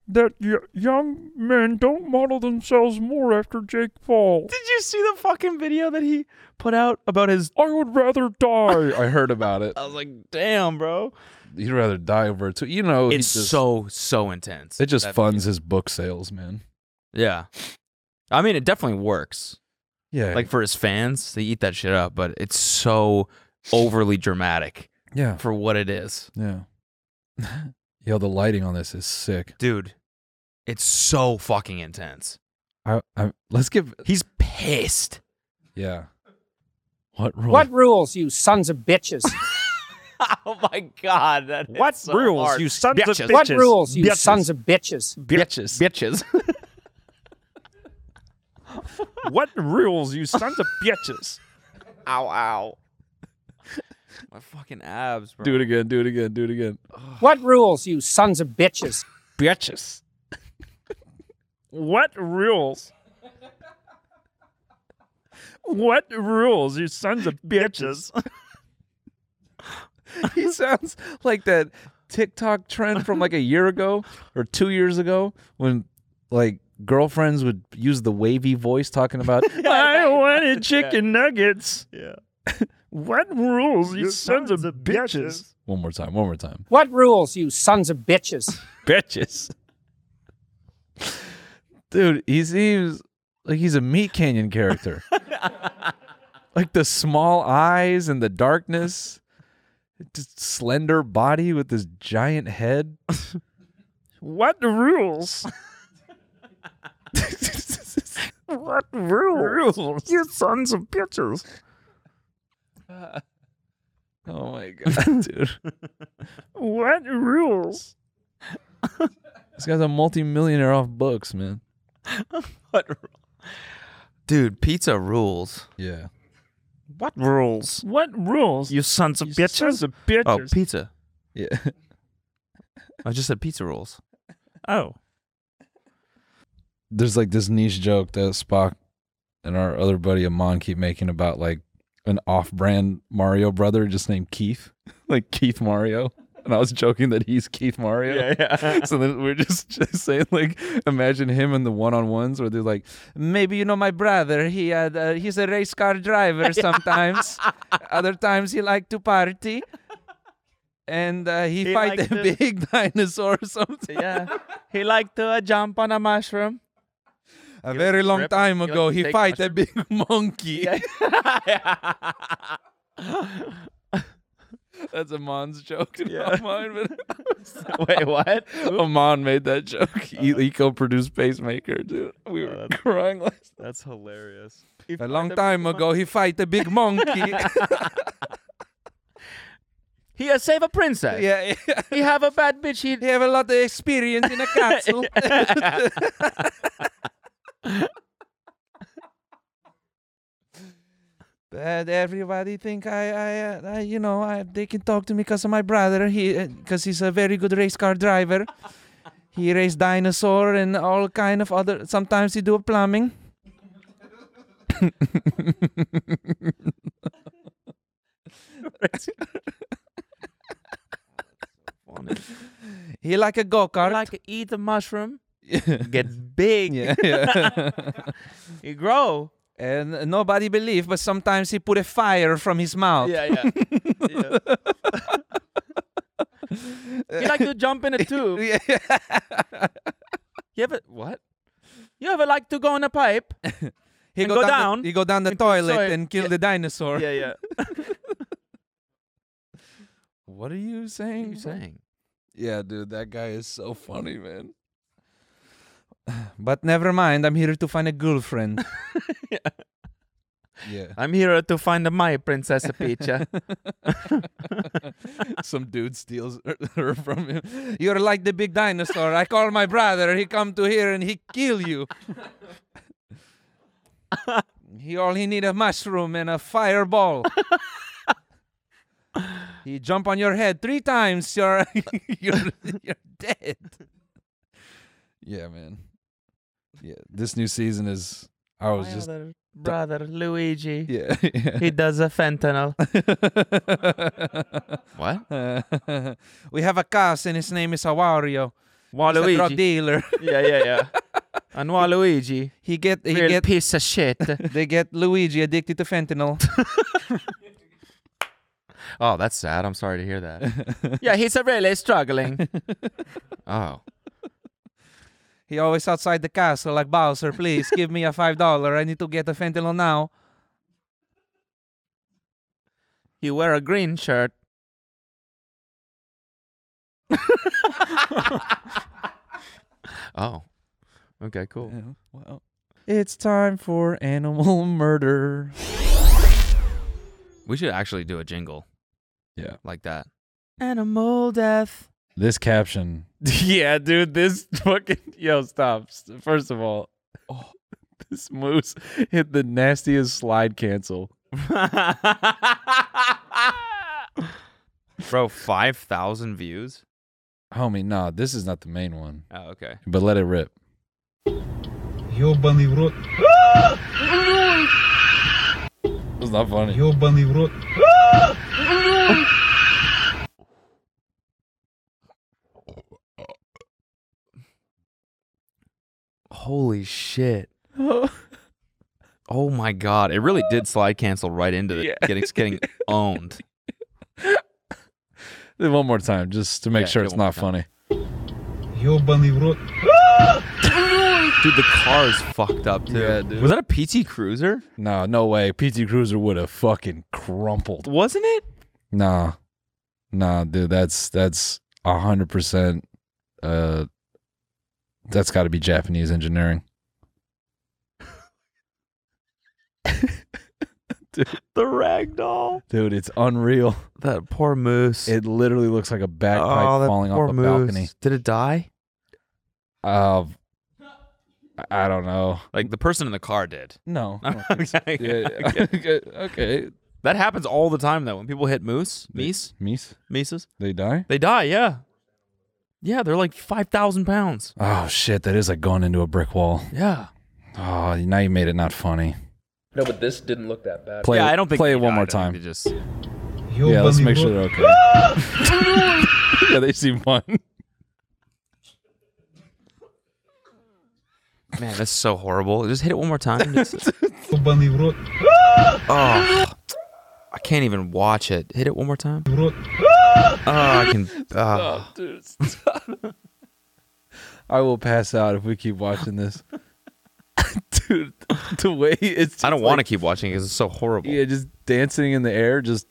[SPEAKER 16] that y- young men don't model themselves more after Jake Paul.
[SPEAKER 6] Did you see the fucking video that he put out about his?
[SPEAKER 16] I would rather die.
[SPEAKER 7] I heard about it.
[SPEAKER 6] I was like, damn, bro.
[SPEAKER 7] He'd rather die over it. You know, Oh, he
[SPEAKER 6] It's
[SPEAKER 7] just-
[SPEAKER 6] so oh, so intense.
[SPEAKER 7] It just
[SPEAKER 6] That-
[SPEAKER 7] funds his book sales, man.
[SPEAKER 6] Yeah, I mean, it definitely works.
[SPEAKER 7] Yeah.
[SPEAKER 6] like for his fans, they eat that shit up, but it's so overly dramatic.
[SPEAKER 7] Yeah.
[SPEAKER 6] for what it is,
[SPEAKER 7] Yeah. Yo, the lighting on this is sick.
[SPEAKER 6] dude. It's so fucking intense.
[SPEAKER 7] I, I let's give.
[SPEAKER 6] He's pissed.
[SPEAKER 7] Yeah. What rule?
[SPEAKER 13] What rules, you sons of bitches?
[SPEAKER 6] Oh my god, that hit
[SPEAKER 13] What
[SPEAKER 6] so
[SPEAKER 13] rules,
[SPEAKER 6] hard.
[SPEAKER 13] you sons of
[SPEAKER 6] Bitches.
[SPEAKER 13] bitches? What rules, you sons of bitches?
[SPEAKER 6] Bitches. Bitches.
[SPEAKER 16] what rules, you sons of bitches?
[SPEAKER 6] Ow, ow. My fucking abs, bro.
[SPEAKER 7] Do it again. Do it again. Do it again.
[SPEAKER 13] What rules, you sons of bitches?
[SPEAKER 16] Bitches. What rules? What rules, you sons of bitches?
[SPEAKER 7] he sounds like that TikTok trend from like a year ago or two years ago when like girlfriends would use the wavy voice talking about
[SPEAKER 16] I wanted chicken nuggets. Yeah. what rules, you sons of bitches?
[SPEAKER 7] one more time, one more time.
[SPEAKER 13] What rules, you sons of bitches?
[SPEAKER 7] Bitches. Dude, he seems like he's a Meat Canyon character. like the small eyes and the darkness, just slender body with this giant head.
[SPEAKER 16] What rules? what rules? You sons of bitches.
[SPEAKER 7] oh my god, dude.
[SPEAKER 16] What rules?
[SPEAKER 7] This guy's a multimillionaire off books, man.
[SPEAKER 6] Dude, pizza rules.
[SPEAKER 7] Yeah.
[SPEAKER 16] What rules? What rules? You sons of bitches. Sons of bitches.
[SPEAKER 6] Oh, pizza.
[SPEAKER 7] Yeah.
[SPEAKER 6] I just said pizza rules.
[SPEAKER 16] Oh.
[SPEAKER 7] There's like this niche joke that Spock and our other buddy Amon keep making about like an off-brand Mario brother just named Keith, like Keith Mario. And I was joking that he's Keith Mario.
[SPEAKER 6] Yeah, yeah.
[SPEAKER 7] so then we're just, just saying like, imagine him in the one-on-ones where they're like, maybe you know my brother. He had uh, he's a race car driver sometimes. Other times he liked to party, and uh, he,
[SPEAKER 6] He
[SPEAKER 7] fight
[SPEAKER 6] liked
[SPEAKER 7] a
[SPEAKER 6] to-
[SPEAKER 7] big dinosaur sometimes.
[SPEAKER 6] Yeah. He liked to uh, jump on a mushroom.
[SPEAKER 7] A very long
[SPEAKER 6] rip-
[SPEAKER 7] time
[SPEAKER 6] you like
[SPEAKER 7] ago,
[SPEAKER 6] to
[SPEAKER 7] he
[SPEAKER 6] take
[SPEAKER 7] fight a big monkey. That's Amon's joke, not mine. But
[SPEAKER 6] Wait, what? Uh-huh.
[SPEAKER 7] Amon made that jojoke. He, he co-produced Pacemaker, dude.
[SPEAKER 6] Oh,
[SPEAKER 7] We were crying last.
[SPEAKER 6] That's hilarious.
[SPEAKER 7] A long time ago, he fight a big monkey.
[SPEAKER 6] He has save a princess.
[SPEAKER 7] Yeah,
[SPEAKER 6] he have a bad bitch. He,
[SPEAKER 7] have a lot of experience in a castle. But everybody think I, I, uh, I you know, I, they can talk to me because of my brother. He, because he's a very good race car driver. he race dinosaur and all kind of other. Sometimes he do plumbing.
[SPEAKER 17] He like a go kart. Like to eat the mushroom.
[SPEAKER 6] Get big.
[SPEAKER 17] Yeah, yeah.
[SPEAKER 6] he grow.
[SPEAKER 17] And nobody believe, but sometimes he put a fire from his mouth.
[SPEAKER 6] Yeah, yeah. You like to jump in a tube. you ever what? You ever like to go in a pipe?
[SPEAKER 17] He
[SPEAKER 6] and
[SPEAKER 17] go, down. the- he go down the
[SPEAKER 6] into
[SPEAKER 17] toilet
[SPEAKER 6] soil.
[SPEAKER 17] and kill the dinosaur.
[SPEAKER 6] Yeah, yeah.
[SPEAKER 7] What are you saying?
[SPEAKER 6] you saying?
[SPEAKER 7] Yeah, dude, that guy is so funny, man.
[SPEAKER 17] But never mind, I'm here to find a girlfriend.
[SPEAKER 7] Yeah.
[SPEAKER 6] I'm here to find my princess Peach.
[SPEAKER 7] Some dude steals her- her from him.
[SPEAKER 17] You're like the big dinosaur. I call my brother. He come to here and he kill you. he all he need a mushroom and a fireball. he jump on your head three times. You're you're, you're dead.
[SPEAKER 7] Yeah, man. Yeah, this new season is. I was just.
[SPEAKER 6] brother Luigi.
[SPEAKER 7] Yeah,
[SPEAKER 6] He does a fentanyl.
[SPEAKER 17] What? we have a cuss and his name is Awario. He's a drug
[SPEAKER 6] Waluigi.
[SPEAKER 17] dealer.
[SPEAKER 6] yeah, yeah, yeah. And Waluigi.
[SPEAKER 17] He get he
[SPEAKER 6] Real
[SPEAKER 17] get
[SPEAKER 6] piece of shit.
[SPEAKER 17] they get Luigi addicted to fentanyl.
[SPEAKER 6] Oh, that's sad. I'm sorry to hear that. yeah, he's a really struggling. oh.
[SPEAKER 17] He always outside the castle like Bowser, please give me a five dollar. I need to get a fentanyl now.
[SPEAKER 6] You wear a green shirt. oh. Okay, cool.
[SPEAKER 7] Well, it's time for animal murder.
[SPEAKER 6] We should actually do a jingle.
[SPEAKER 7] Yeah.
[SPEAKER 6] Like that.
[SPEAKER 24] Animal death.
[SPEAKER 7] This caption.
[SPEAKER 16] yeah, dude, this fucking yo stops. First of all,
[SPEAKER 7] This moose hit the nastiest slide cancel.
[SPEAKER 6] Bro, 5,000 views?
[SPEAKER 7] Homie, nah, this is not the main one.
[SPEAKER 6] Oh, okay.
[SPEAKER 7] But let it rip.
[SPEAKER 25] Ёбаный в рот.
[SPEAKER 7] It's not funny.
[SPEAKER 25] Ёбаный в рот.
[SPEAKER 6] Holy shit. Oh my god. It really did slide cancel right into the getting getting owned.
[SPEAKER 7] One more time, just to make
[SPEAKER 6] Yeah,
[SPEAKER 7] sure
[SPEAKER 6] do it
[SPEAKER 7] it's
[SPEAKER 6] one
[SPEAKER 7] not funny.
[SPEAKER 25] Ёбаный в рот.
[SPEAKER 6] Dude, the car's fucked up too.
[SPEAKER 7] Yeah, dude.
[SPEAKER 6] Was that a PT Cruiser?
[SPEAKER 7] No, no way. PT Cruiser would have fucking crumpled.
[SPEAKER 6] Wasn't it?
[SPEAKER 7] Nah, nah, dude, that's that's a hundred percent. Uh, that's got to be Japanese engineering.
[SPEAKER 6] The ragdoll.
[SPEAKER 7] Dude, it's unreal.
[SPEAKER 6] That poor moose.
[SPEAKER 7] It literally looks like a bagpipe
[SPEAKER 6] Oh, that
[SPEAKER 7] falling
[SPEAKER 6] poor
[SPEAKER 7] off a
[SPEAKER 6] moose.
[SPEAKER 7] balcony.
[SPEAKER 6] Did it die?
[SPEAKER 7] Uh, I- I don't know.
[SPEAKER 6] Like the person in the car did.
[SPEAKER 7] No.
[SPEAKER 6] okay.
[SPEAKER 7] Yeah, yeah. okay.
[SPEAKER 6] That happens all the time though. When people hit moose, meese,
[SPEAKER 7] meese,
[SPEAKER 6] meeses,
[SPEAKER 7] they die.
[SPEAKER 6] They die. Yeah. Yeah, they're like five thousand pounds.
[SPEAKER 7] Oh shit, that is like going into a brick wall.
[SPEAKER 6] Yeah.
[SPEAKER 7] Oh, now you made it not funny.
[SPEAKER 6] No, but this didn't look that bad.
[SPEAKER 7] Play
[SPEAKER 6] yeah,
[SPEAKER 7] it-
[SPEAKER 6] I don't think
[SPEAKER 7] play
[SPEAKER 6] they
[SPEAKER 7] it
[SPEAKER 6] died.
[SPEAKER 7] one more
[SPEAKER 6] I think
[SPEAKER 7] time.
[SPEAKER 6] they Just
[SPEAKER 7] yeah, let's
[SPEAKER 6] bunny
[SPEAKER 7] make sure they're
[SPEAKER 6] boy.
[SPEAKER 7] okay. yeah, they seem fun.
[SPEAKER 6] man, that's so horrible. Just hit it one more time. Just-
[SPEAKER 25] Ёбаный в рот.
[SPEAKER 6] oh, I can't even watch it. Hit it one more time.
[SPEAKER 25] В рот.
[SPEAKER 6] Oh, I can. Oh.
[SPEAKER 7] dude, I will pass out if we keep watching this. dude, the way it's.
[SPEAKER 6] I don't want to
[SPEAKER 7] like-
[SPEAKER 6] keep watching because it's so horrible.
[SPEAKER 7] Yeah, just dancing in the air, just.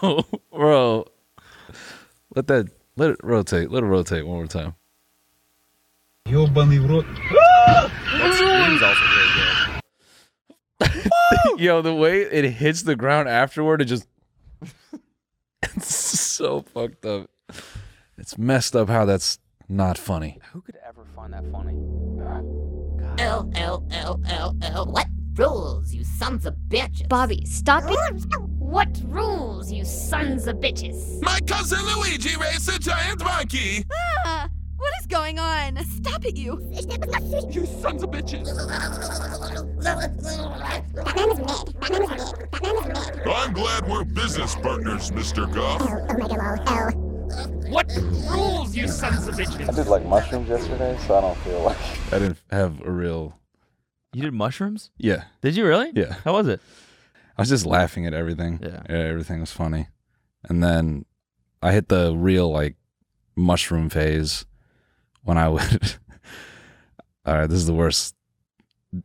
[SPEAKER 7] bro, bro, let that let it rotate. Let it rotate one more time.
[SPEAKER 25] Ёбаный в рот.
[SPEAKER 7] Yo, the way it hits the ground afterward, it just. it's Oh, so fucked up. It's messed up how that's not funny.
[SPEAKER 6] Who could ever find that funny?
[SPEAKER 3] L L L L L. What rules, you sons of bitches?
[SPEAKER 26] Bobby, stop it.
[SPEAKER 3] What rules, you sons of bitches?
[SPEAKER 27] My cousin Luigi raised a giant monkey.
[SPEAKER 4] Ah, what is going on? Stop it, you. You sons of bitches.
[SPEAKER 9] Batman is mid. Batman is mid. Batman is mid.
[SPEAKER 12] I'm glad we're business partners, Mr. Goff.
[SPEAKER 9] Oh my god, lol. L.
[SPEAKER 8] What rules, you sons of bitches?
[SPEAKER 13] I did like mushrooms yesterday, so I don't feel like.
[SPEAKER 7] I didn't have a real.
[SPEAKER 6] You did mushrooms?
[SPEAKER 7] Yeah.
[SPEAKER 6] Did you really?
[SPEAKER 7] Yeah.
[SPEAKER 6] How was it?
[SPEAKER 7] I was just laughing at everything.
[SPEAKER 6] Yeah.
[SPEAKER 7] everything was funny. And then I hit the real like mushroom phase when I would. All right, this is the worst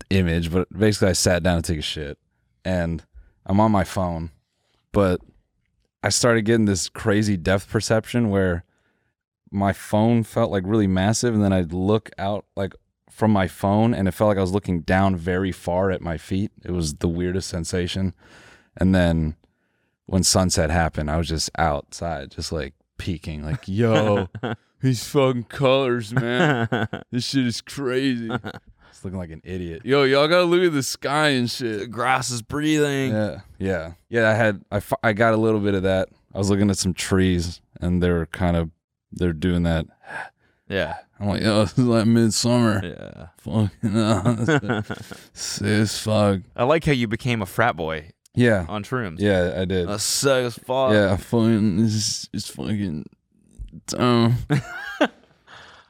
[SPEAKER 7] image, but basically I sat down to take a shit and I'm on my phone, but I started getting this crazy depth perception where my phone felt like really massive and then I'd look out like from my phone and it felt like I was looking down very far at my feet. It was the weirdest sensation. And then when sunset happened, I was just outside, just like peeking, like, yo, these fucking colors, man. This shit is crazy. It's looking like an idiot. Yo, Oh, y'all gotta look at the sky and shit. The
[SPEAKER 6] grass is breathing.
[SPEAKER 7] Yeah, yeah, yeah. I had I, fi- I got a little bit of that. I was looking at some trees, and they were kind of they're doing that.
[SPEAKER 6] Yeah.
[SPEAKER 7] I'm like, yo, this is like midsummer.
[SPEAKER 6] Yeah.
[SPEAKER 7] Fucking uh, sick as fuck.
[SPEAKER 6] I like how you became a frat boy.
[SPEAKER 7] Yeah.
[SPEAKER 6] On shrooms.
[SPEAKER 7] Yeah, I did.
[SPEAKER 6] That sucks as fuck.
[SPEAKER 7] Yeah, I fucking it's, it's fucking dumb.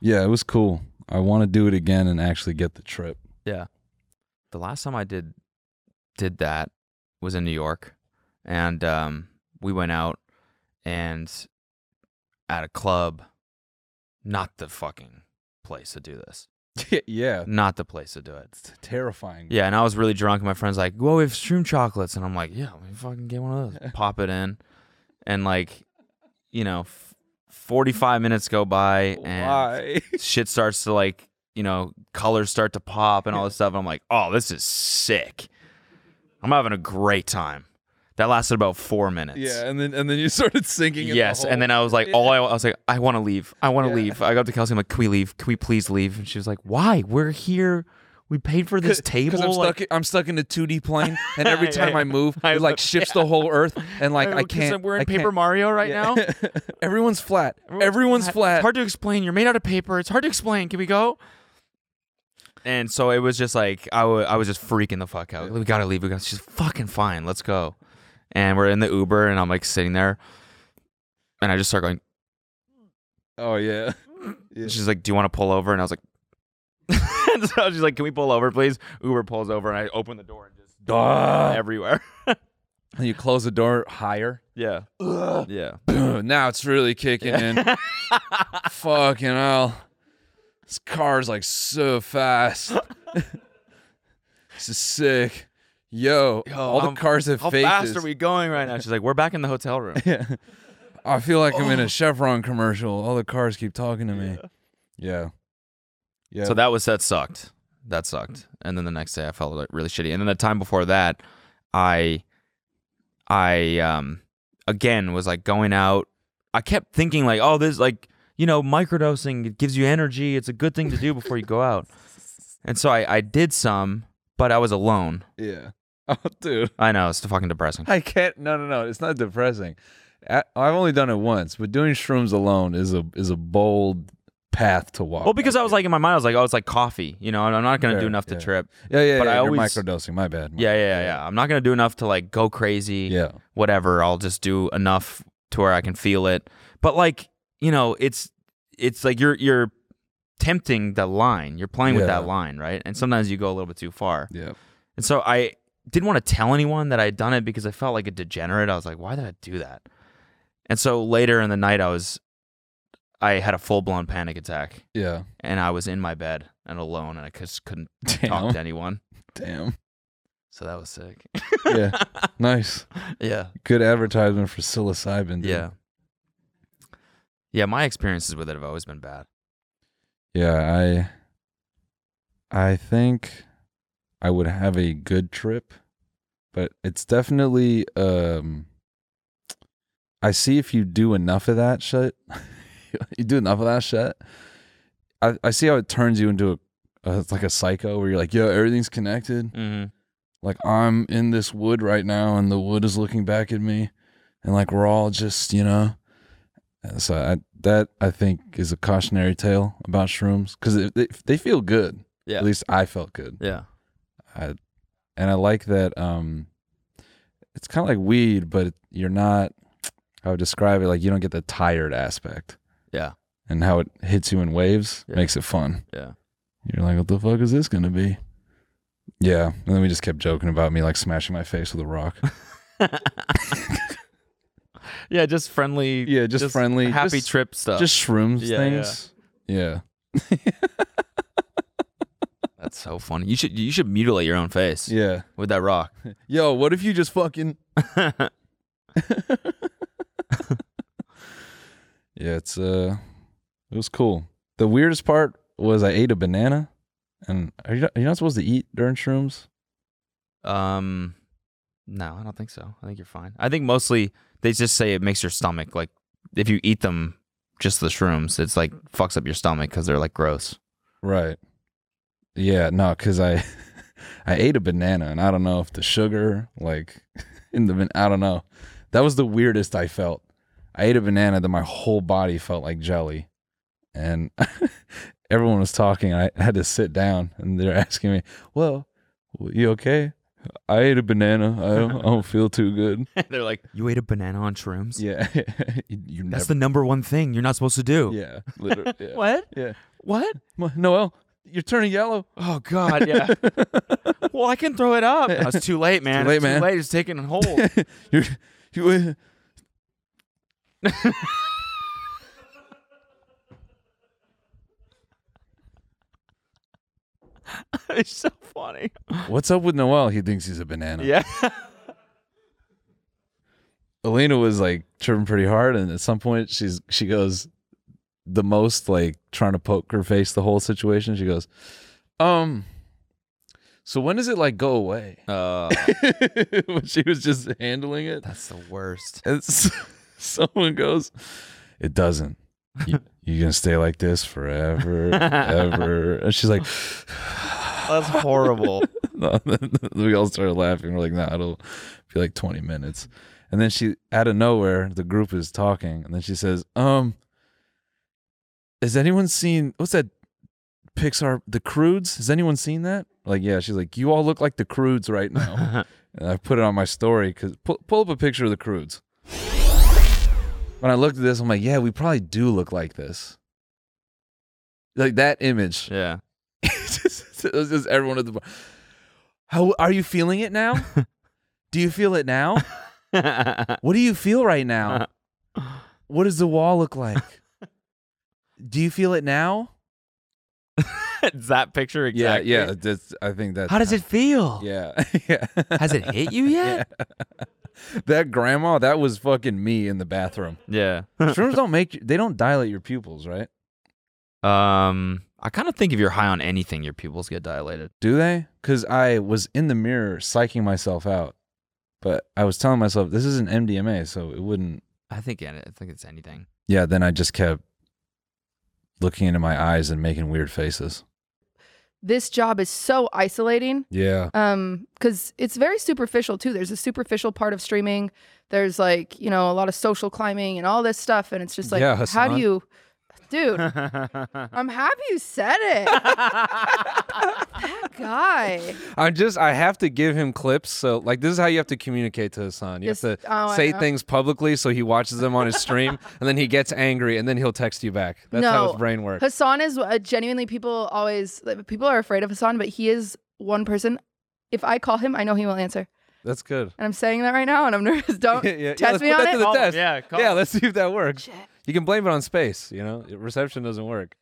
[SPEAKER 7] yeah, it was cool. I want to do it again and actually get the trip.
[SPEAKER 6] Yeah. The last time I did did that was in New York, and um, we went out and at a club, not the fucking place to do this.
[SPEAKER 7] yeah,
[SPEAKER 6] Not the place to do it.
[SPEAKER 7] terrifying.
[SPEAKER 6] Yeah, and I was really drunk, and my friend's like, "Whoa, we have shroom chocolates," and I'm like, "Yeah, let me fucking get one of those." Pop it in, and like, you know, f- 45 minutes go by, and
[SPEAKER 7] Why?
[SPEAKER 6] shit starts to like, you know, colors start to pop and all this stuff. And I'm like, "Oh, this is sick. I'm having a great time." That lasted about four minutes.
[SPEAKER 7] Yeah, and then and then you started sinking. in the
[SPEAKER 6] Yes,
[SPEAKER 7] hole.
[SPEAKER 6] and then I was like, all I, I was like, I want to leave. I want to leave. I got to Kelsey. I'm like, can we leave? Can we please leave? And she was like, Why? We're here. We paid for this table.
[SPEAKER 7] because I'm
[SPEAKER 6] like-
[SPEAKER 7] stuck. I'm stuck in a 2D plane, and every
[SPEAKER 6] Yeah,
[SPEAKER 7] time
[SPEAKER 6] yeah.
[SPEAKER 7] I move, it like shifts the whole Earth, and like
[SPEAKER 6] I
[SPEAKER 7] I,
[SPEAKER 6] know, 'cause
[SPEAKER 7] can't.
[SPEAKER 6] we're in
[SPEAKER 7] I
[SPEAKER 6] Paper
[SPEAKER 7] can't-
[SPEAKER 6] Mario right
[SPEAKER 7] Yeah.
[SPEAKER 6] now.
[SPEAKER 7] Everyone's flat. Everyone's flat.
[SPEAKER 6] It's hard to explain. You're made out of paper. It's hard to explain. Can we go? And so it was just like I wa- I was just freaking the fuck out. We gotta leave. We got. She's fucking fine. Let's go. And we're in the Uber, and I'm like sitting there, and I just start going.
[SPEAKER 7] Oh yeah. Yeah.
[SPEAKER 6] She's like, "Do you want to pull over?" And I was like, and so she's like, "Can we pull over, please?" Uber pulls over, and I open the door and just
[SPEAKER 7] Duh.
[SPEAKER 6] everywhere.
[SPEAKER 7] And you close the door higher.
[SPEAKER 6] yeah,
[SPEAKER 7] Ugh.
[SPEAKER 6] yeah.
[SPEAKER 7] now it's really kicking in. Fucking hell. This car's like so fast. this is sick. Yo, all the
[SPEAKER 6] Um,
[SPEAKER 7] cars have
[SPEAKER 6] How
[SPEAKER 7] faces.
[SPEAKER 6] fast are we going right now? She's like, "We're back in the hotel room."
[SPEAKER 7] Yeah. I feel like I'm in a Chevron commercial. All the cars keep talking to me. Yeah. Yeah.
[SPEAKER 6] So that was that sucked. That sucked. And then the next day I felt like really shitty. And then the time before that, I I um again was like going out. I kept thinking like, oh, this like, you know, microdosing, it gives you energy. It's a good thing to do before you go out. And so I, I did some, but I was alone.
[SPEAKER 7] Yeah. Oh, dude.
[SPEAKER 6] I know, it's fucking depressing.
[SPEAKER 7] I can't. No, no, no. It's not depressing. I- I've only done it once, but doing shrooms alone is a is a bold path to walk.
[SPEAKER 6] Well, because I was like in my mind, I was like, oh, it's like coffee, you know, and I'm not gonna do
[SPEAKER 7] Fair,
[SPEAKER 6] enough to
[SPEAKER 7] yeah.
[SPEAKER 6] trip.
[SPEAKER 7] Yeah, yeah,
[SPEAKER 6] But
[SPEAKER 7] yeah,
[SPEAKER 6] I
[SPEAKER 7] you're
[SPEAKER 6] always
[SPEAKER 7] microdosing. My bad.
[SPEAKER 6] Yeah, yeah, yeah, I'm not gonna do enough to like go crazy.
[SPEAKER 7] Yeah.
[SPEAKER 6] Whatever. I'll just do enough to where I can feel it. But like, you know, it's it's like you're you're tempting the line. You're playing with
[SPEAKER 7] Yeah.
[SPEAKER 6] that line, right? And sometimes you go a little bit too far.
[SPEAKER 7] Yeah.
[SPEAKER 6] And so I didn't want to tell anyone that I'd done it because I felt like a degenerate. I was like, why did I do that? And so later in the night I was I had a full blown panic attack.
[SPEAKER 7] Yeah.
[SPEAKER 6] And I was in my bed and alone and I just couldn't
[SPEAKER 7] Damn.
[SPEAKER 6] talk to anyone.
[SPEAKER 7] Damn.
[SPEAKER 6] So that was sick.
[SPEAKER 7] yeah. Nice.
[SPEAKER 6] Yeah.
[SPEAKER 7] Good advertisement for psilocybin. dude.
[SPEAKER 6] Yeah. Yeah, my experiences with it have always been bad.
[SPEAKER 7] Yeah, I I think I would have a good trip, but it's definitely um I see if you do enough of that shit. you do enough of that shit. I I see how it turns you into a uh, it's like a psycho where you're like, yo, everything's connected.
[SPEAKER 6] Mm-hmm.
[SPEAKER 7] Like I'm in this wood right now, and the wood is looking back at me, and like we're all just, you know. And So I, that I think is a cautionary tale about shrooms because they, they feel good.
[SPEAKER 6] Yeah.
[SPEAKER 7] At least I felt good.
[SPEAKER 6] Yeah.
[SPEAKER 7] I and I like that. Um, it's kind of like weed, but you're not. I would describe it like you don't get the tired aspect.
[SPEAKER 6] Yeah.
[SPEAKER 7] And how it hits you in waves makes it fun.
[SPEAKER 6] Yeah.
[SPEAKER 7] You're like, what the fuck is this gonna be? Yeah. And then we just kept joking about me like smashing my face with a rock.
[SPEAKER 6] Yeah, just friendly.
[SPEAKER 7] Yeah, just, friendly,
[SPEAKER 6] happy
[SPEAKER 7] just-
[SPEAKER 6] trip stuff.
[SPEAKER 7] just shrooms
[SPEAKER 6] Yeah,
[SPEAKER 7] things. yeah.
[SPEAKER 6] That's so funny. You should you should mutilate your own face.
[SPEAKER 7] Yeah.
[SPEAKER 6] With that rock.
[SPEAKER 7] Yo, what if you just fucking
[SPEAKER 6] Yeah,
[SPEAKER 7] it's uh it was cool. The weirdest part was I ate a banana and are you not, you're not supposed to eat during shrooms?
[SPEAKER 6] Um no, I don't think so. I think you're fine. I think mostly they just say it makes your stomach like if you eat them just the shrooms, it's like fucks up your stomach cuz they're like gross.
[SPEAKER 7] Right. Yeah, no, cuz I I ate a banana and I don't know if the sugar like in the ban- I don't know. That was the weirdest I felt. I ate a banana that my whole body felt like jelly. And everyone was talking and I had to sit down and they're asking me, "Well, you okay?" I ate a banana. I don't, I don't feel too good.
[SPEAKER 6] they're like, "You ate a banana on shrooms?"
[SPEAKER 7] Yeah.
[SPEAKER 6] That's
[SPEAKER 7] you never-
[SPEAKER 6] the number one thing you're not supposed to do.
[SPEAKER 7] Yeah. Literally, yeah.
[SPEAKER 6] What?
[SPEAKER 7] Yeah.
[SPEAKER 6] What?
[SPEAKER 7] Noel, you're turning yellow.
[SPEAKER 6] Oh God, yeah. well, I can throw it up. No, it's too late, man.
[SPEAKER 7] Too late,
[SPEAKER 6] It's
[SPEAKER 7] man.
[SPEAKER 6] Too late. It's taking hold.
[SPEAKER 7] You're, you, uh,
[SPEAKER 6] it's so funny.
[SPEAKER 7] What's up with Noel? He thinks he's a banana.
[SPEAKER 6] Yeah.
[SPEAKER 7] Alina was like tripping pretty hard, and at some point she's she goes the most like trying to poke her face the whole situation. She goes, um. So when does it like go away?
[SPEAKER 6] Uh,
[SPEAKER 7] she was just handling it.
[SPEAKER 6] That's the worst.
[SPEAKER 7] And s- someone goes, "It doesn't. You, you're gonna stay like this forever, ever." And she's like,
[SPEAKER 6] That's horrible.
[SPEAKER 7] No, we all started laughing. We're like, nah, it'll be like 20 minutes. And then she, out of nowhere, the group is talking. And then she says, um, has anyone seen, what's that Pixar, The Crudes? Has anyone seen that? Like, yeah. She's like, you all look like The Crudes right now. and I put it on my story because pull, pull up a picture of The Crudes. When I looked at this, I'm like, yeah, we probably do look like this. Like that image.
[SPEAKER 6] Yeah.
[SPEAKER 7] it was just everyone at the bar. How are you feeling it now? do you feel it now? what do you feel right now? What does the wall look like? do you feel it now?
[SPEAKER 6] it's that picture exactly.
[SPEAKER 7] Yeah, yeah. That's, I think that's
[SPEAKER 6] How does it feel?
[SPEAKER 7] Yeah, yeah.
[SPEAKER 6] Has it hit you yet?
[SPEAKER 7] That grandma, that was fucking me in the bathroom.
[SPEAKER 6] Yeah.
[SPEAKER 7] Shrooms don't make you, they don't dilate your pupils, right?
[SPEAKER 6] Um, I kind of think if you're high on anything, your pupils get dilated.
[SPEAKER 7] Do they? Because I was in the mirror psyching myself out, but I was telling myself this isn't MDMA, so it wouldn't.
[SPEAKER 6] I think yeah, I think it's anything.
[SPEAKER 7] Yeah, then I just kept looking into my eyes and making weird faces.
[SPEAKER 20] This job is so isolating.
[SPEAKER 7] Yeah.
[SPEAKER 20] Um, because it's very superficial too. There's a superficial part of streaming. There's like you know a lot of social climbing and all this stuff, and it's just like,
[SPEAKER 28] Yeah,
[SPEAKER 20] how
[SPEAKER 28] Hassan.
[SPEAKER 20] do you, dude? I'm happy you said it. that guy.
[SPEAKER 7] I'm just I have to give him clips. So like this is how you have to communicate to Hassan. You have
[SPEAKER 20] Just-
[SPEAKER 7] to
[SPEAKER 20] oh, I
[SPEAKER 7] say
[SPEAKER 20] know.
[SPEAKER 7] things publicly so he watches them on his stream and then he gets angry and then he'll text you back. That's
[SPEAKER 20] no,
[SPEAKER 7] how his brain works.
[SPEAKER 20] Hassan is uh, genuinely people always like, people are afraid of Hassan, but he is one person. If I call him, I know he will answer.
[SPEAKER 7] That's good.
[SPEAKER 20] And I'm saying that right now, and I'm nervous. Don't
[SPEAKER 7] Yeah, yeah,
[SPEAKER 20] test
[SPEAKER 7] yeah, let's
[SPEAKER 20] me
[SPEAKER 7] put
[SPEAKER 20] on
[SPEAKER 7] that
[SPEAKER 20] it.
[SPEAKER 7] to the test. yeah, let's see if that works. You can blame it on space, you know? Reception doesn't work.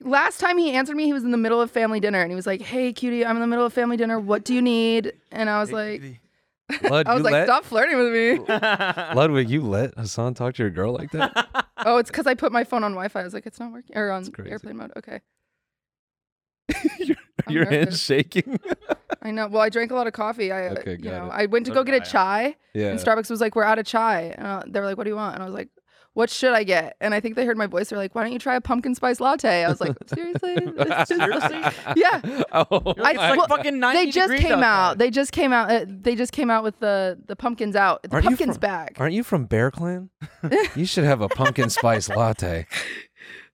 [SPEAKER 20] Last time he answered me, he was in the middle of family dinner, and he was like, "Hey, cutie, I'm in the middle of family dinner. What do you need?" And I was like,
[SPEAKER 7] Lud,
[SPEAKER 20] "I was
[SPEAKER 7] you
[SPEAKER 20] like,
[SPEAKER 7] let
[SPEAKER 20] stop flirting with me."
[SPEAKER 7] Ludwig, you let Hassan talk to your girl like that?
[SPEAKER 20] oh, it's because I put my phone on Wi-Fi. I was like, "It's not working," or on
[SPEAKER 7] crazy.
[SPEAKER 20] airplane mode. Okay,
[SPEAKER 7] your hand's shaking.
[SPEAKER 20] I know. Well, I drank a lot of coffee. I, uh,
[SPEAKER 7] Okay,
[SPEAKER 20] you
[SPEAKER 7] got
[SPEAKER 20] know,
[SPEAKER 7] it.
[SPEAKER 20] I went to
[SPEAKER 7] So
[SPEAKER 20] go
[SPEAKER 7] did
[SPEAKER 20] get a chai,
[SPEAKER 7] Yeah.
[SPEAKER 20] and Starbucks was like, "We're out of chai," and uh, they were like, "What do you want?" And I was like, "What should I get?" And I think they heard my voice. They're like, "Why don't you try a pumpkin spice latte?" I was like, "Seriously?" It's just- yeah.
[SPEAKER 7] Oh,
[SPEAKER 20] I- well, They
[SPEAKER 16] 90
[SPEAKER 20] just
[SPEAKER 16] degrees
[SPEAKER 20] came out. They just came out. Uh, they just came out with the the pumpkins out. The
[SPEAKER 7] Aren't you
[SPEAKER 20] pumpkins
[SPEAKER 7] from-
[SPEAKER 20] back.
[SPEAKER 7] Aren't you from Bear Clan? you should have a pumpkin spice latte.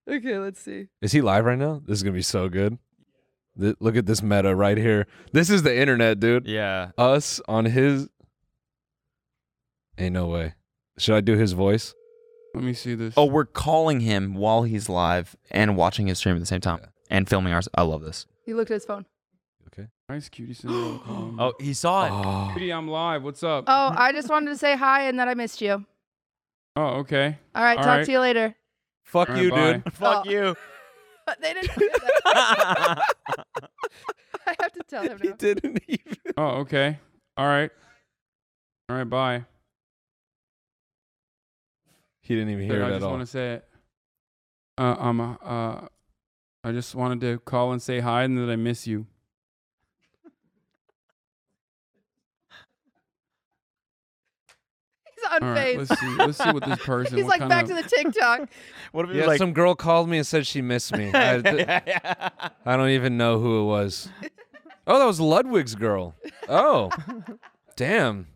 [SPEAKER 20] Okay, let's see.
[SPEAKER 7] Is he live right now? This is gonna be so good.
[SPEAKER 16] Th- look at this meta right here. This is the internet, dude.
[SPEAKER 6] Yeah.
[SPEAKER 16] Us on his. Ain't no way. Should I do his voice?
[SPEAKER 18] Let me see this.
[SPEAKER 6] Oh, we're calling him while he's live and watching his stream at the same time and filming ours. I love this.
[SPEAKER 20] He looked at his phone.
[SPEAKER 18] Nice cutie Cinderella. calling. Ah.
[SPEAKER 6] Oh, he saw it.
[SPEAKER 18] Cutie, I'm live. What's up?
[SPEAKER 20] Oh, I just wanted to say hi and that I missed you.
[SPEAKER 18] Oh, okay.
[SPEAKER 20] All right, talk to you later.
[SPEAKER 7] Fuck
[SPEAKER 18] All right,
[SPEAKER 7] you,
[SPEAKER 18] bye.
[SPEAKER 7] dude.
[SPEAKER 20] Oh.
[SPEAKER 6] Fuck you.
[SPEAKER 20] they didn't. do that. I have to tell him. Now.
[SPEAKER 7] didn't even.
[SPEAKER 18] Oh, okay. All right. All right. Bye.
[SPEAKER 16] He didn't even
[SPEAKER 18] Look,
[SPEAKER 16] hear
[SPEAKER 18] I
[SPEAKER 16] it at
[SPEAKER 18] just
[SPEAKER 16] all.
[SPEAKER 18] want to say it. Uh, um, uh, uh, I just wanted to call and say hi and that I miss you.
[SPEAKER 20] He's on
[SPEAKER 18] All right,
[SPEAKER 20] phase.
[SPEAKER 18] let's see- let's see what this person-
[SPEAKER 20] He's
[SPEAKER 18] what
[SPEAKER 20] like
[SPEAKER 18] kind
[SPEAKER 20] back
[SPEAKER 18] of-
[SPEAKER 20] to the TikTok.
[SPEAKER 6] What
[SPEAKER 7] Yeah, some girl called me and said she missed me. I, I don't even know who it was. Oh, that was Ludwig's girl. Oh, damn.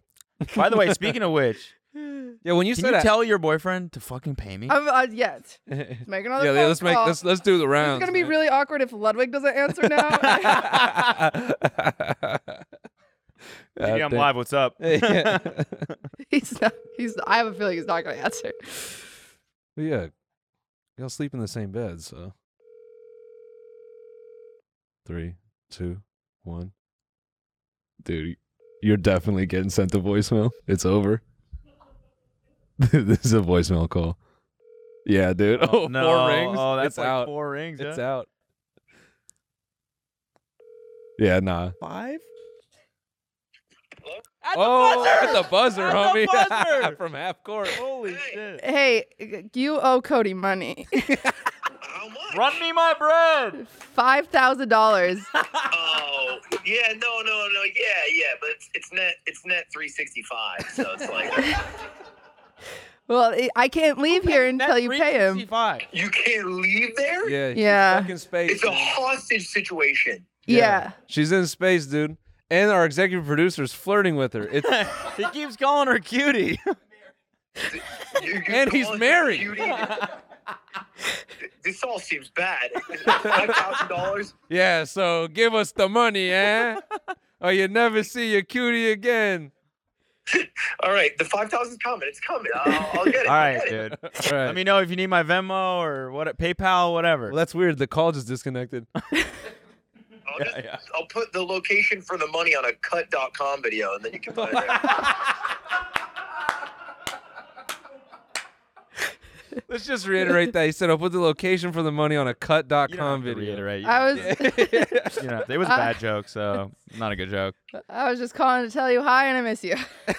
[SPEAKER 6] By the way, speaking of which,
[SPEAKER 7] yeah, when you
[SPEAKER 6] can
[SPEAKER 7] said
[SPEAKER 6] you
[SPEAKER 7] I-
[SPEAKER 6] tell your boyfriend to fucking pay me?
[SPEAKER 20] I'm uh, yet. Let's make another.
[SPEAKER 7] yeah,
[SPEAKER 20] phone
[SPEAKER 7] let's make
[SPEAKER 20] call.
[SPEAKER 7] let's let's do the
[SPEAKER 20] It's
[SPEAKER 7] round.
[SPEAKER 20] gonna be really awkward if Ludwig doesn't answer now.
[SPEAKER 6] Cutie, I'm live. What's up?
[SPEAKER 20] he's not. He's. I have a feeling he's not gonna answer.
[SPEAKER 16] But yeah, y'all sleep in the same bed, so. Three, two, one. Dude, you're definitely getting sent a voicemail. It's over. this is a voicemail call. Yeah, dude. Oh, four
[SPEAKER 6] no.
[SPEAKER 16] rings.
[SPEAKER 6] Oh, that's
[SPEAKER 16] it's
[SPEAKER 6] like
[SPEAKER 16] out.
[SPEAKER 6] four rings,
[SPEAKER 16] It's
[SPEAKER 6] huh?
[SPEAKER 16] out. Yeah, nah.
[SPEAKER 6] Five?
[SPEAKER 7] oh, at the buzzer,
[SPEAKER 20] At the
[SPEAKER 7] homie.
[SPEAKER 20] buzzer.
[SPEAKER 7] From half court.
[SPEAKER 6] Holy shit.
[SPEAKER 20] Hey, g- you owe Cody money.
[SPEAKER 6] Run me my bread.
[SPEAKER 20] Five thousand dollars.
[SPEAKER 14] Oh yeah, no, no, no, yeah, yeah, but it's, it's net, it's net three sixty five, so it's like
[SPEAKER 20] Well, I- I can't leave here until you pay him.
[SPEAKER 14] you can't leave there.
[SPEAKER 7] Yeah. she's
[SPEAKER 20] Yeah.
[SPEAKER 7] stuck in space.
[SPEAKER 14] It's a
[SPEAKER 7] man.
[SPEAKER 14] hostage situation.
[SPEAKER 20] Yeah.
[SPEAKER 7] She's in space, dude. And our executive producer's flirting with her. It's
[SPEAKER 6] he keeps calling her cutie.
[SPEAKER 7] and he's married.
[SPEAKER 14] This all seems bad. Five thousand dollars.
[SPEAKER 7] Yeah, so give us the money, eh?
[SPEAKER 16] Oh,
[SPEAKER 7] or you never see your cutie again.
[SPEAKER 14] All right, the five thousand's coming. It's coming. I'll, I'll get it.
[SPEAKER 6] All right, dude. Let me know if you need my Venmo or what PayPal, whatever.
[SPEAKER 7] Well, that's weird. The call just disconnected.
[SPEAKER 14] I'll, just, I'll put the location for the money on a cut.com video, and then you can put it there.
[SPEAKER 7] Let's just reiterate that. He said, I'll put the location for the money on a cut.com video.
[SPEAKER 6] Reiterate.
[SPEAKER 20] I was. Uh,
[SPEAKER 6] you know, it was a
[SPEAKER 20] I-
[SPEAKER 6] bad joke, so not a good joke.
[SPEAKER 20] I was just calling to tell you hi and I miss you.
[SPEAKER 7] Hey,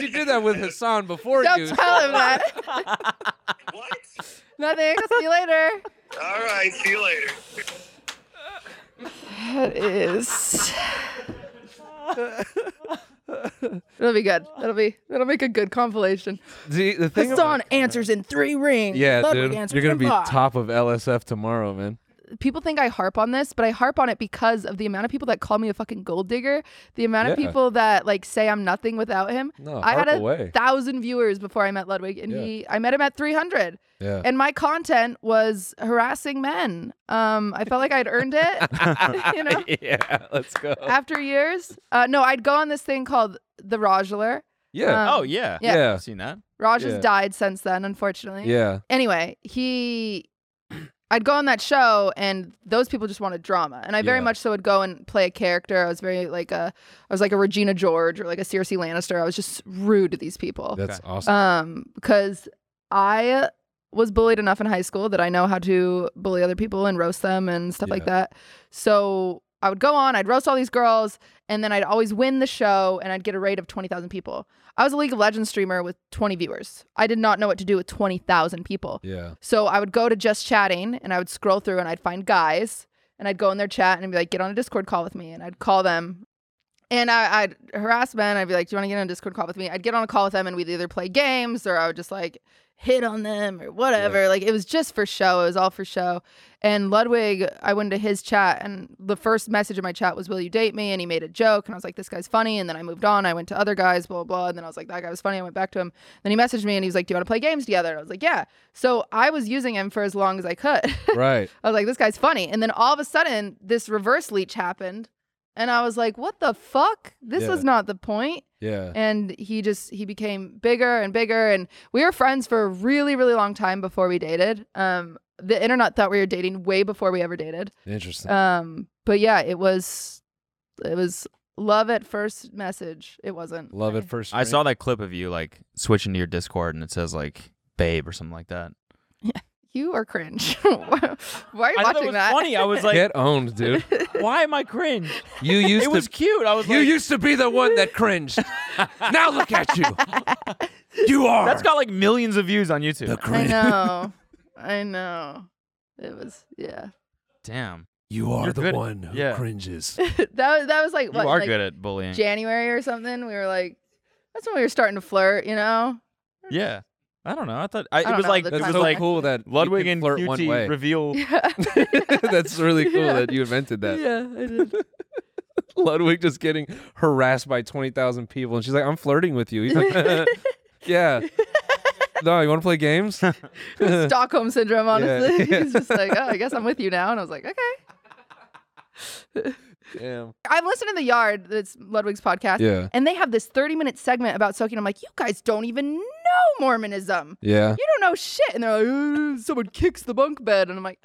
[SPEAKER 7] she did that with Hassan before
[SPEAKER 20] Don't
[SPEAKER 7] you.
[SPEAKER 20] tell him that. Nothing. See you later.
[SPEAKER 14] All right, see you later.
[SPEAKER 20] That is. It'll be good. That'll be. That'll make a good compilation.
[SPEAKER 7] The, the thing
[SPEAKER 20] Hassan answers in three rings.
[SPEAKER 7] Yeah,
[SPEAKER 20] Ludwig
[SPEAKER 7] dude.
[SPEAKER 20] answers
[SPEAKER 7] You're going
[SPEAKER 20] in
[SPEAKER 7] to be
[SPEAKER 20] five.
[SPEAKER 7] top of LSF tomorrow, man.
[SPEAKER 20] people think I harp on this, but I harp on it because of the amount of people that call me a fucking gold digger, the amount of
[SPEAKER 7] Yeah.
[SPEAKER 20] people that like say I'm nothing without him.
[SPEAKER 7] No,
[SPEAKER 20] I had
[SPEAKER 7] harp
[SPEAKER 20] a
[SPEAKER 7] away.
[SPEAKER 20] thousand viewers before I met Ludwig, and
[SPEAKER 7] Yeah.
[SPEAKER 20] he I met him at 300.
[SPEAKER 7] Yeah.
[SPEAKER 20] And my content was harassing men. Um, I felt like I'd earned it. you know,
[SPEAKER 7] yeah, let's go.
[SPEAKER 20] after years. Uh, no, I'd go on this thing called the Rodular.
[SPEAKER 6] Yeah.
[SPEAKER 20] Um,
[SPEAKER 6] oh yeah.
[SPEAKER 20] yeah.
[SPEAKER 6] I've seen that.
[SPEAKER 20] Raj
[SPEAKER 6] Yeah.
[SPEAKER 20] has died since then, unfortunately.
[SPEAKER 6] Yeah.
[SPEAKER 20] Anyway, he. I'd go on that show, and those people just wanted drama, and I very
[SPEAKER 19] Yeah.
[SPEAKER 20] much so would go and play a character. I was very like a, I was like a Regina George or like a Cersei Lannister. I was just rude to these people.
[SPEAKER 19] That's Okay. awesome.
[SPEAKER 20] Um, because I was bullied enough in high school that I know how to bully other people and roast them and stuff like that. So I would go on, I'd roast all these girls, and then I'd always win the show and I'd get a rate of 20,000 people. I was a League of Legends streamer with 20 viewers. I did not know what to do with 20,000 people.
[SPEAKER 16] Yeah.
[SPEAKER 20] So I would go to just chatting and I would scroll through and I'd find guys and I'd go in their chat and be like, get on a Discord call with me. And I'd call them And I, I'd harass men. I'd be like, "Do you want to get on a Discord call with me?" I'd get on a call with them, and we'd either play games or I would just like hit on them or whatever. Like it was just for show. It was all for show. And Ludwig, I went to his chat, and the first message in my chat was, "Will you date me?" And he made a joke, and I was like, "This guy's funny." And then I moved on. I went to other guys, blah blah. blah. And then I was like, "That guy was funny." I went back to him. Then he messaged me, and he was like, "Do you want to play games together?" And I was like, "Yeah." So I was using him for as long as I could.
[SPEAKER 7] Right.
[SPEAKER 20] I was like, this guy's funny. And then all of a sudden, this reverse leech happened. And I was like, what the fuck? This
[SPEAKER 7] Yeah.
[SPEAKER 20] was not the point.
[SPEAKER 7] Yeah.
[SPEAKER 20] And he just, he became bigger and bigger. And we were friends for a really, really long time before we dated. Um, the internet thought we were dating way before we ever dated.
[SPEAKER 7] Interesting.
[SPEAKER 20] Um, but yeah, it was, it was love at first message. It wasn't.
[SPEAKER 7] Love at first.
[SPEAKER 6] I saw that clip of you like switching to your Discord and it says like babe or something like that.
[SPEAKER 20] You are cringe. Why are you
[SPEAKER 4] I thought
[SPEAKER 20] watching
[SPEAKER 4] it was
[SPEAKER 20] that?
[SPEAKER 4] funny. I was like,
[SPEAKER 7] Get owned, dude.
[SPEAKER 4] why am I cringe?
[SPEAKER 7] You used
[SPEAKER 4] it
[SPEAKER 7] to.
[SPEAKER 4] was cute. I was
[SPEAKER 7] you
[SPEAKER 4] like,
[SPEAKER 7] used to be the one that cringed. now look at you. You are.
[SPEAKER 6] That's got like millions of views on YouTube.
[SPEAKER 20] I know. I know. It was yeah.
[SPEAKER 6] Damn.
[SPEAKER 7] You are
[SPEAKER 6] You're
[SPEAKER 7] the
[SPEAKER 6] good at-
[SPEAKER 7] one who
[SPEAKER 6] yeah.
[SPEAKER 7] cringes.
[SPEAKER 20] that was- that was like
[SPEAKER 6] You
[SPEAKER 20] what
[SPEAKER 6] are
[SPEAKER 20] like
[SPEAKER 6] good at bullying.
[SPEAKER 20] January or something. We were like, that's when we were starting to flirt, you know.
[SPEAKER 6] yeah. I don't know. I thought I,
[SPEAKER 20] I
[SPEAKER 6] it
[SPEAKER 20] don't
[SPEAKER 6] was
[SPEAKER 20] know,
[SPEAKER 6] like
[SPEAKER 20] the
[SPEAKER 6] it was
[SPEAKER 20] timeline.
[SPEAKER 6] like
[SPEAKER 7] cool that
[SPEAKER 6] Ludwig and
[SPEAKER 7] flirt one
[SPEAKER 6] QT
[SPEAKER 7] way.
[SPEAKER 6] reveal.
[SPEAKER 7] That's really cool
[SPEAKER 20] Yeah.
[SPEAKER 7] that you invented that.
[SPEAKER 20] Yeah, I did.
[SPEAKER 7] Ludwig just getting harassed by 20,000 people. And she's like, I'm flirting with you. He's like, yeah. No, you want to play games?
[SPEAKER 20] Stockholm syndrome, honestly.
[SPEAKER 7] yeah.
[SPEAKER 20] He's just like, oh, I guess I'm with you now, and I was like, okay.
[SPEAKER 7] Damn.
[SPEAKER 20] I'm listening to the Yard. That's Ludwig's podcast.
[SPEAKER 7] Yeah.
[SPEAKER 20] And they have this 30 minute segment about soaking. I'm like, you guys don't even know Mormonism.
[SPEAKER 7] Yeah.
[SPEAKER 20] You don't know shit. And they're like, "Uh, someone kicks the bunk bed, and I'm like,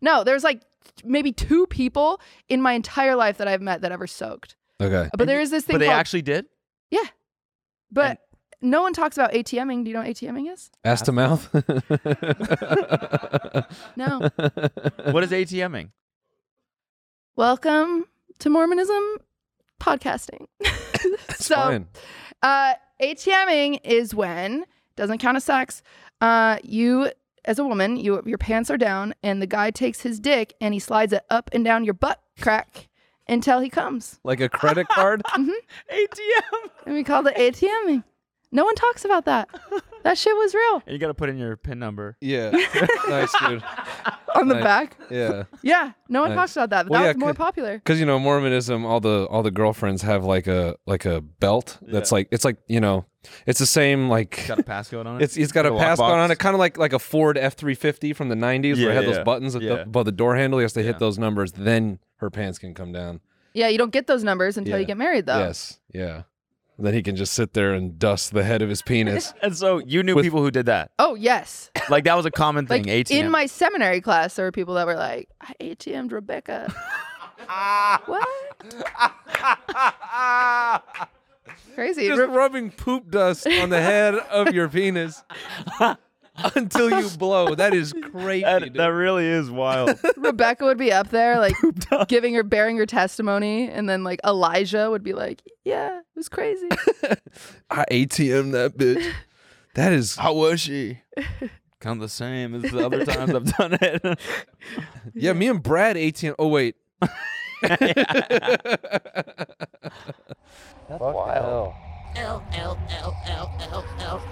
[SPEAKER 20] no. There's like maybe two people in my entire life that I've met that ever soaked.
[SPEAKER 7] Okay.
[SPEAKER 20] But there is this thing
[SPEAKER 6] But they
[SPEAKER 20] called-
[SPEAKER 6] actually did.
[SPEAKER 20] Yeah. But no one talks about ATMing. Do you know what ATMing is?
[SPEAKER 7] Ass to mouth.
[SPEAKER 20] No.
[SPEAKER 6] What is ATMing?
[SPEAKER 20] Welcome to Mormonism podcasting. so,
[SPEAKER 6] fine.
[SPEAKER 20] uh, ATMing is when doesn't count as sex. Uh, you as a woman, you your pants are down, and the guy takes his dick and he slides it up and down your butt crack until he comes.
[SPEAKER 7] like a credit card?
[SPEAKER 20] ATM. And we call it ATMing. No one talks about that. That shit was real
[SPEAKER 6] And you got to put in your pin number.
[SPEAKER 7] Yeah. nice, dude.
[SPEAKER 20] on the
[SPEAKER 7] Nice.
[SPEAKER 20] back.
[SPEAKER 7] Yeah.
[SPEAKER 20] Yeah, no one
[SPEAKER 7] Nice.
[SPEAKER 20] talks about that, but
[SPEAKER 7] Uh, Well,
[SPEAKER 20] that
[SPEAKER 7] yeah,
[SPEAKER 20] was more
[SPEAKER 7] c-
[SPEAKER 20] popular.
[SPEAKER 7] Because you know Mormonism, all the all the girlfriends have like a like a belt that's like it's like you know it's the same like
[SPEAKER 6] Got a passcode on it?
[SPEAKER 7] It's it's got a
[SPEAKER 6] Like a
[SPEAKER 7] passcode
[SPEAKER 6] lockbox?
[SPEAKER 7] on it, kind of like like a Ford F three fifty from the nineties where it
[SPEAKER 6] Yeah,
[SPEAKER 7] had
[SPEAKER 6] yeah.
[SPEAKER 7] those buttons at the-
[SPEAKER 6] Yeah.
[SPEAKER 7] above the door handle. He has to
[SPEAKER 6] Yeah.
[SPEAKER 7] hit those numbers, then her pants can come down.
[SPEAKER 20] Yeah, you don't get those numbers until
[SPEAKER 7] Yeah.
[SPEAKER 20] you get married, though.
[SPEAKER 7] Yes, yeah. Then he can just sit there and dust the head of his penis.
[SPEAKER 6] And so you knew people who did that.
[SPEAKER 20] Oh yes.
[SPEAKER 6] Like that was a common thing.
[SPEAKER 20] Like
[SPEAKER 6] ATM.
[SPEAKER 20] in my seminary class, there were people that were like, "I ATM'd Rebecca." what? Crazy.
[SPEAKER 7] Just rubbing poop dust on the head of your penis until you blow. That is crazy. That,
[SPEAKER 6] really is wild.
[SPEAKER 20] Rebecca would be up there, like giving her, bearing her testimony, and then like Elijah would be like, "Yeah, it was crazy."
[SPEAKER 7] I ATM that bitch. That is
[SPEAKER 6] How was she? Kind of the same as the other times I've done it.
[SPEAKER 7] Yeah, me and Brad ATM. Oh wait.
[SPEAKER 13] That's wild.
[SPEAKER 8] L L L L L L.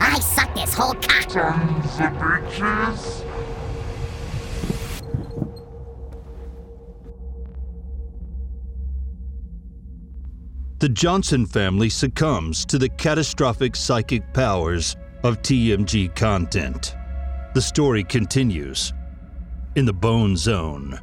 [SPEAKER 9] I suck this whole cock.
[SPEAKER 19] The Johnson family succumbs to the catastrophic psychic powers of TMG content. The story continues in the Bone Zone.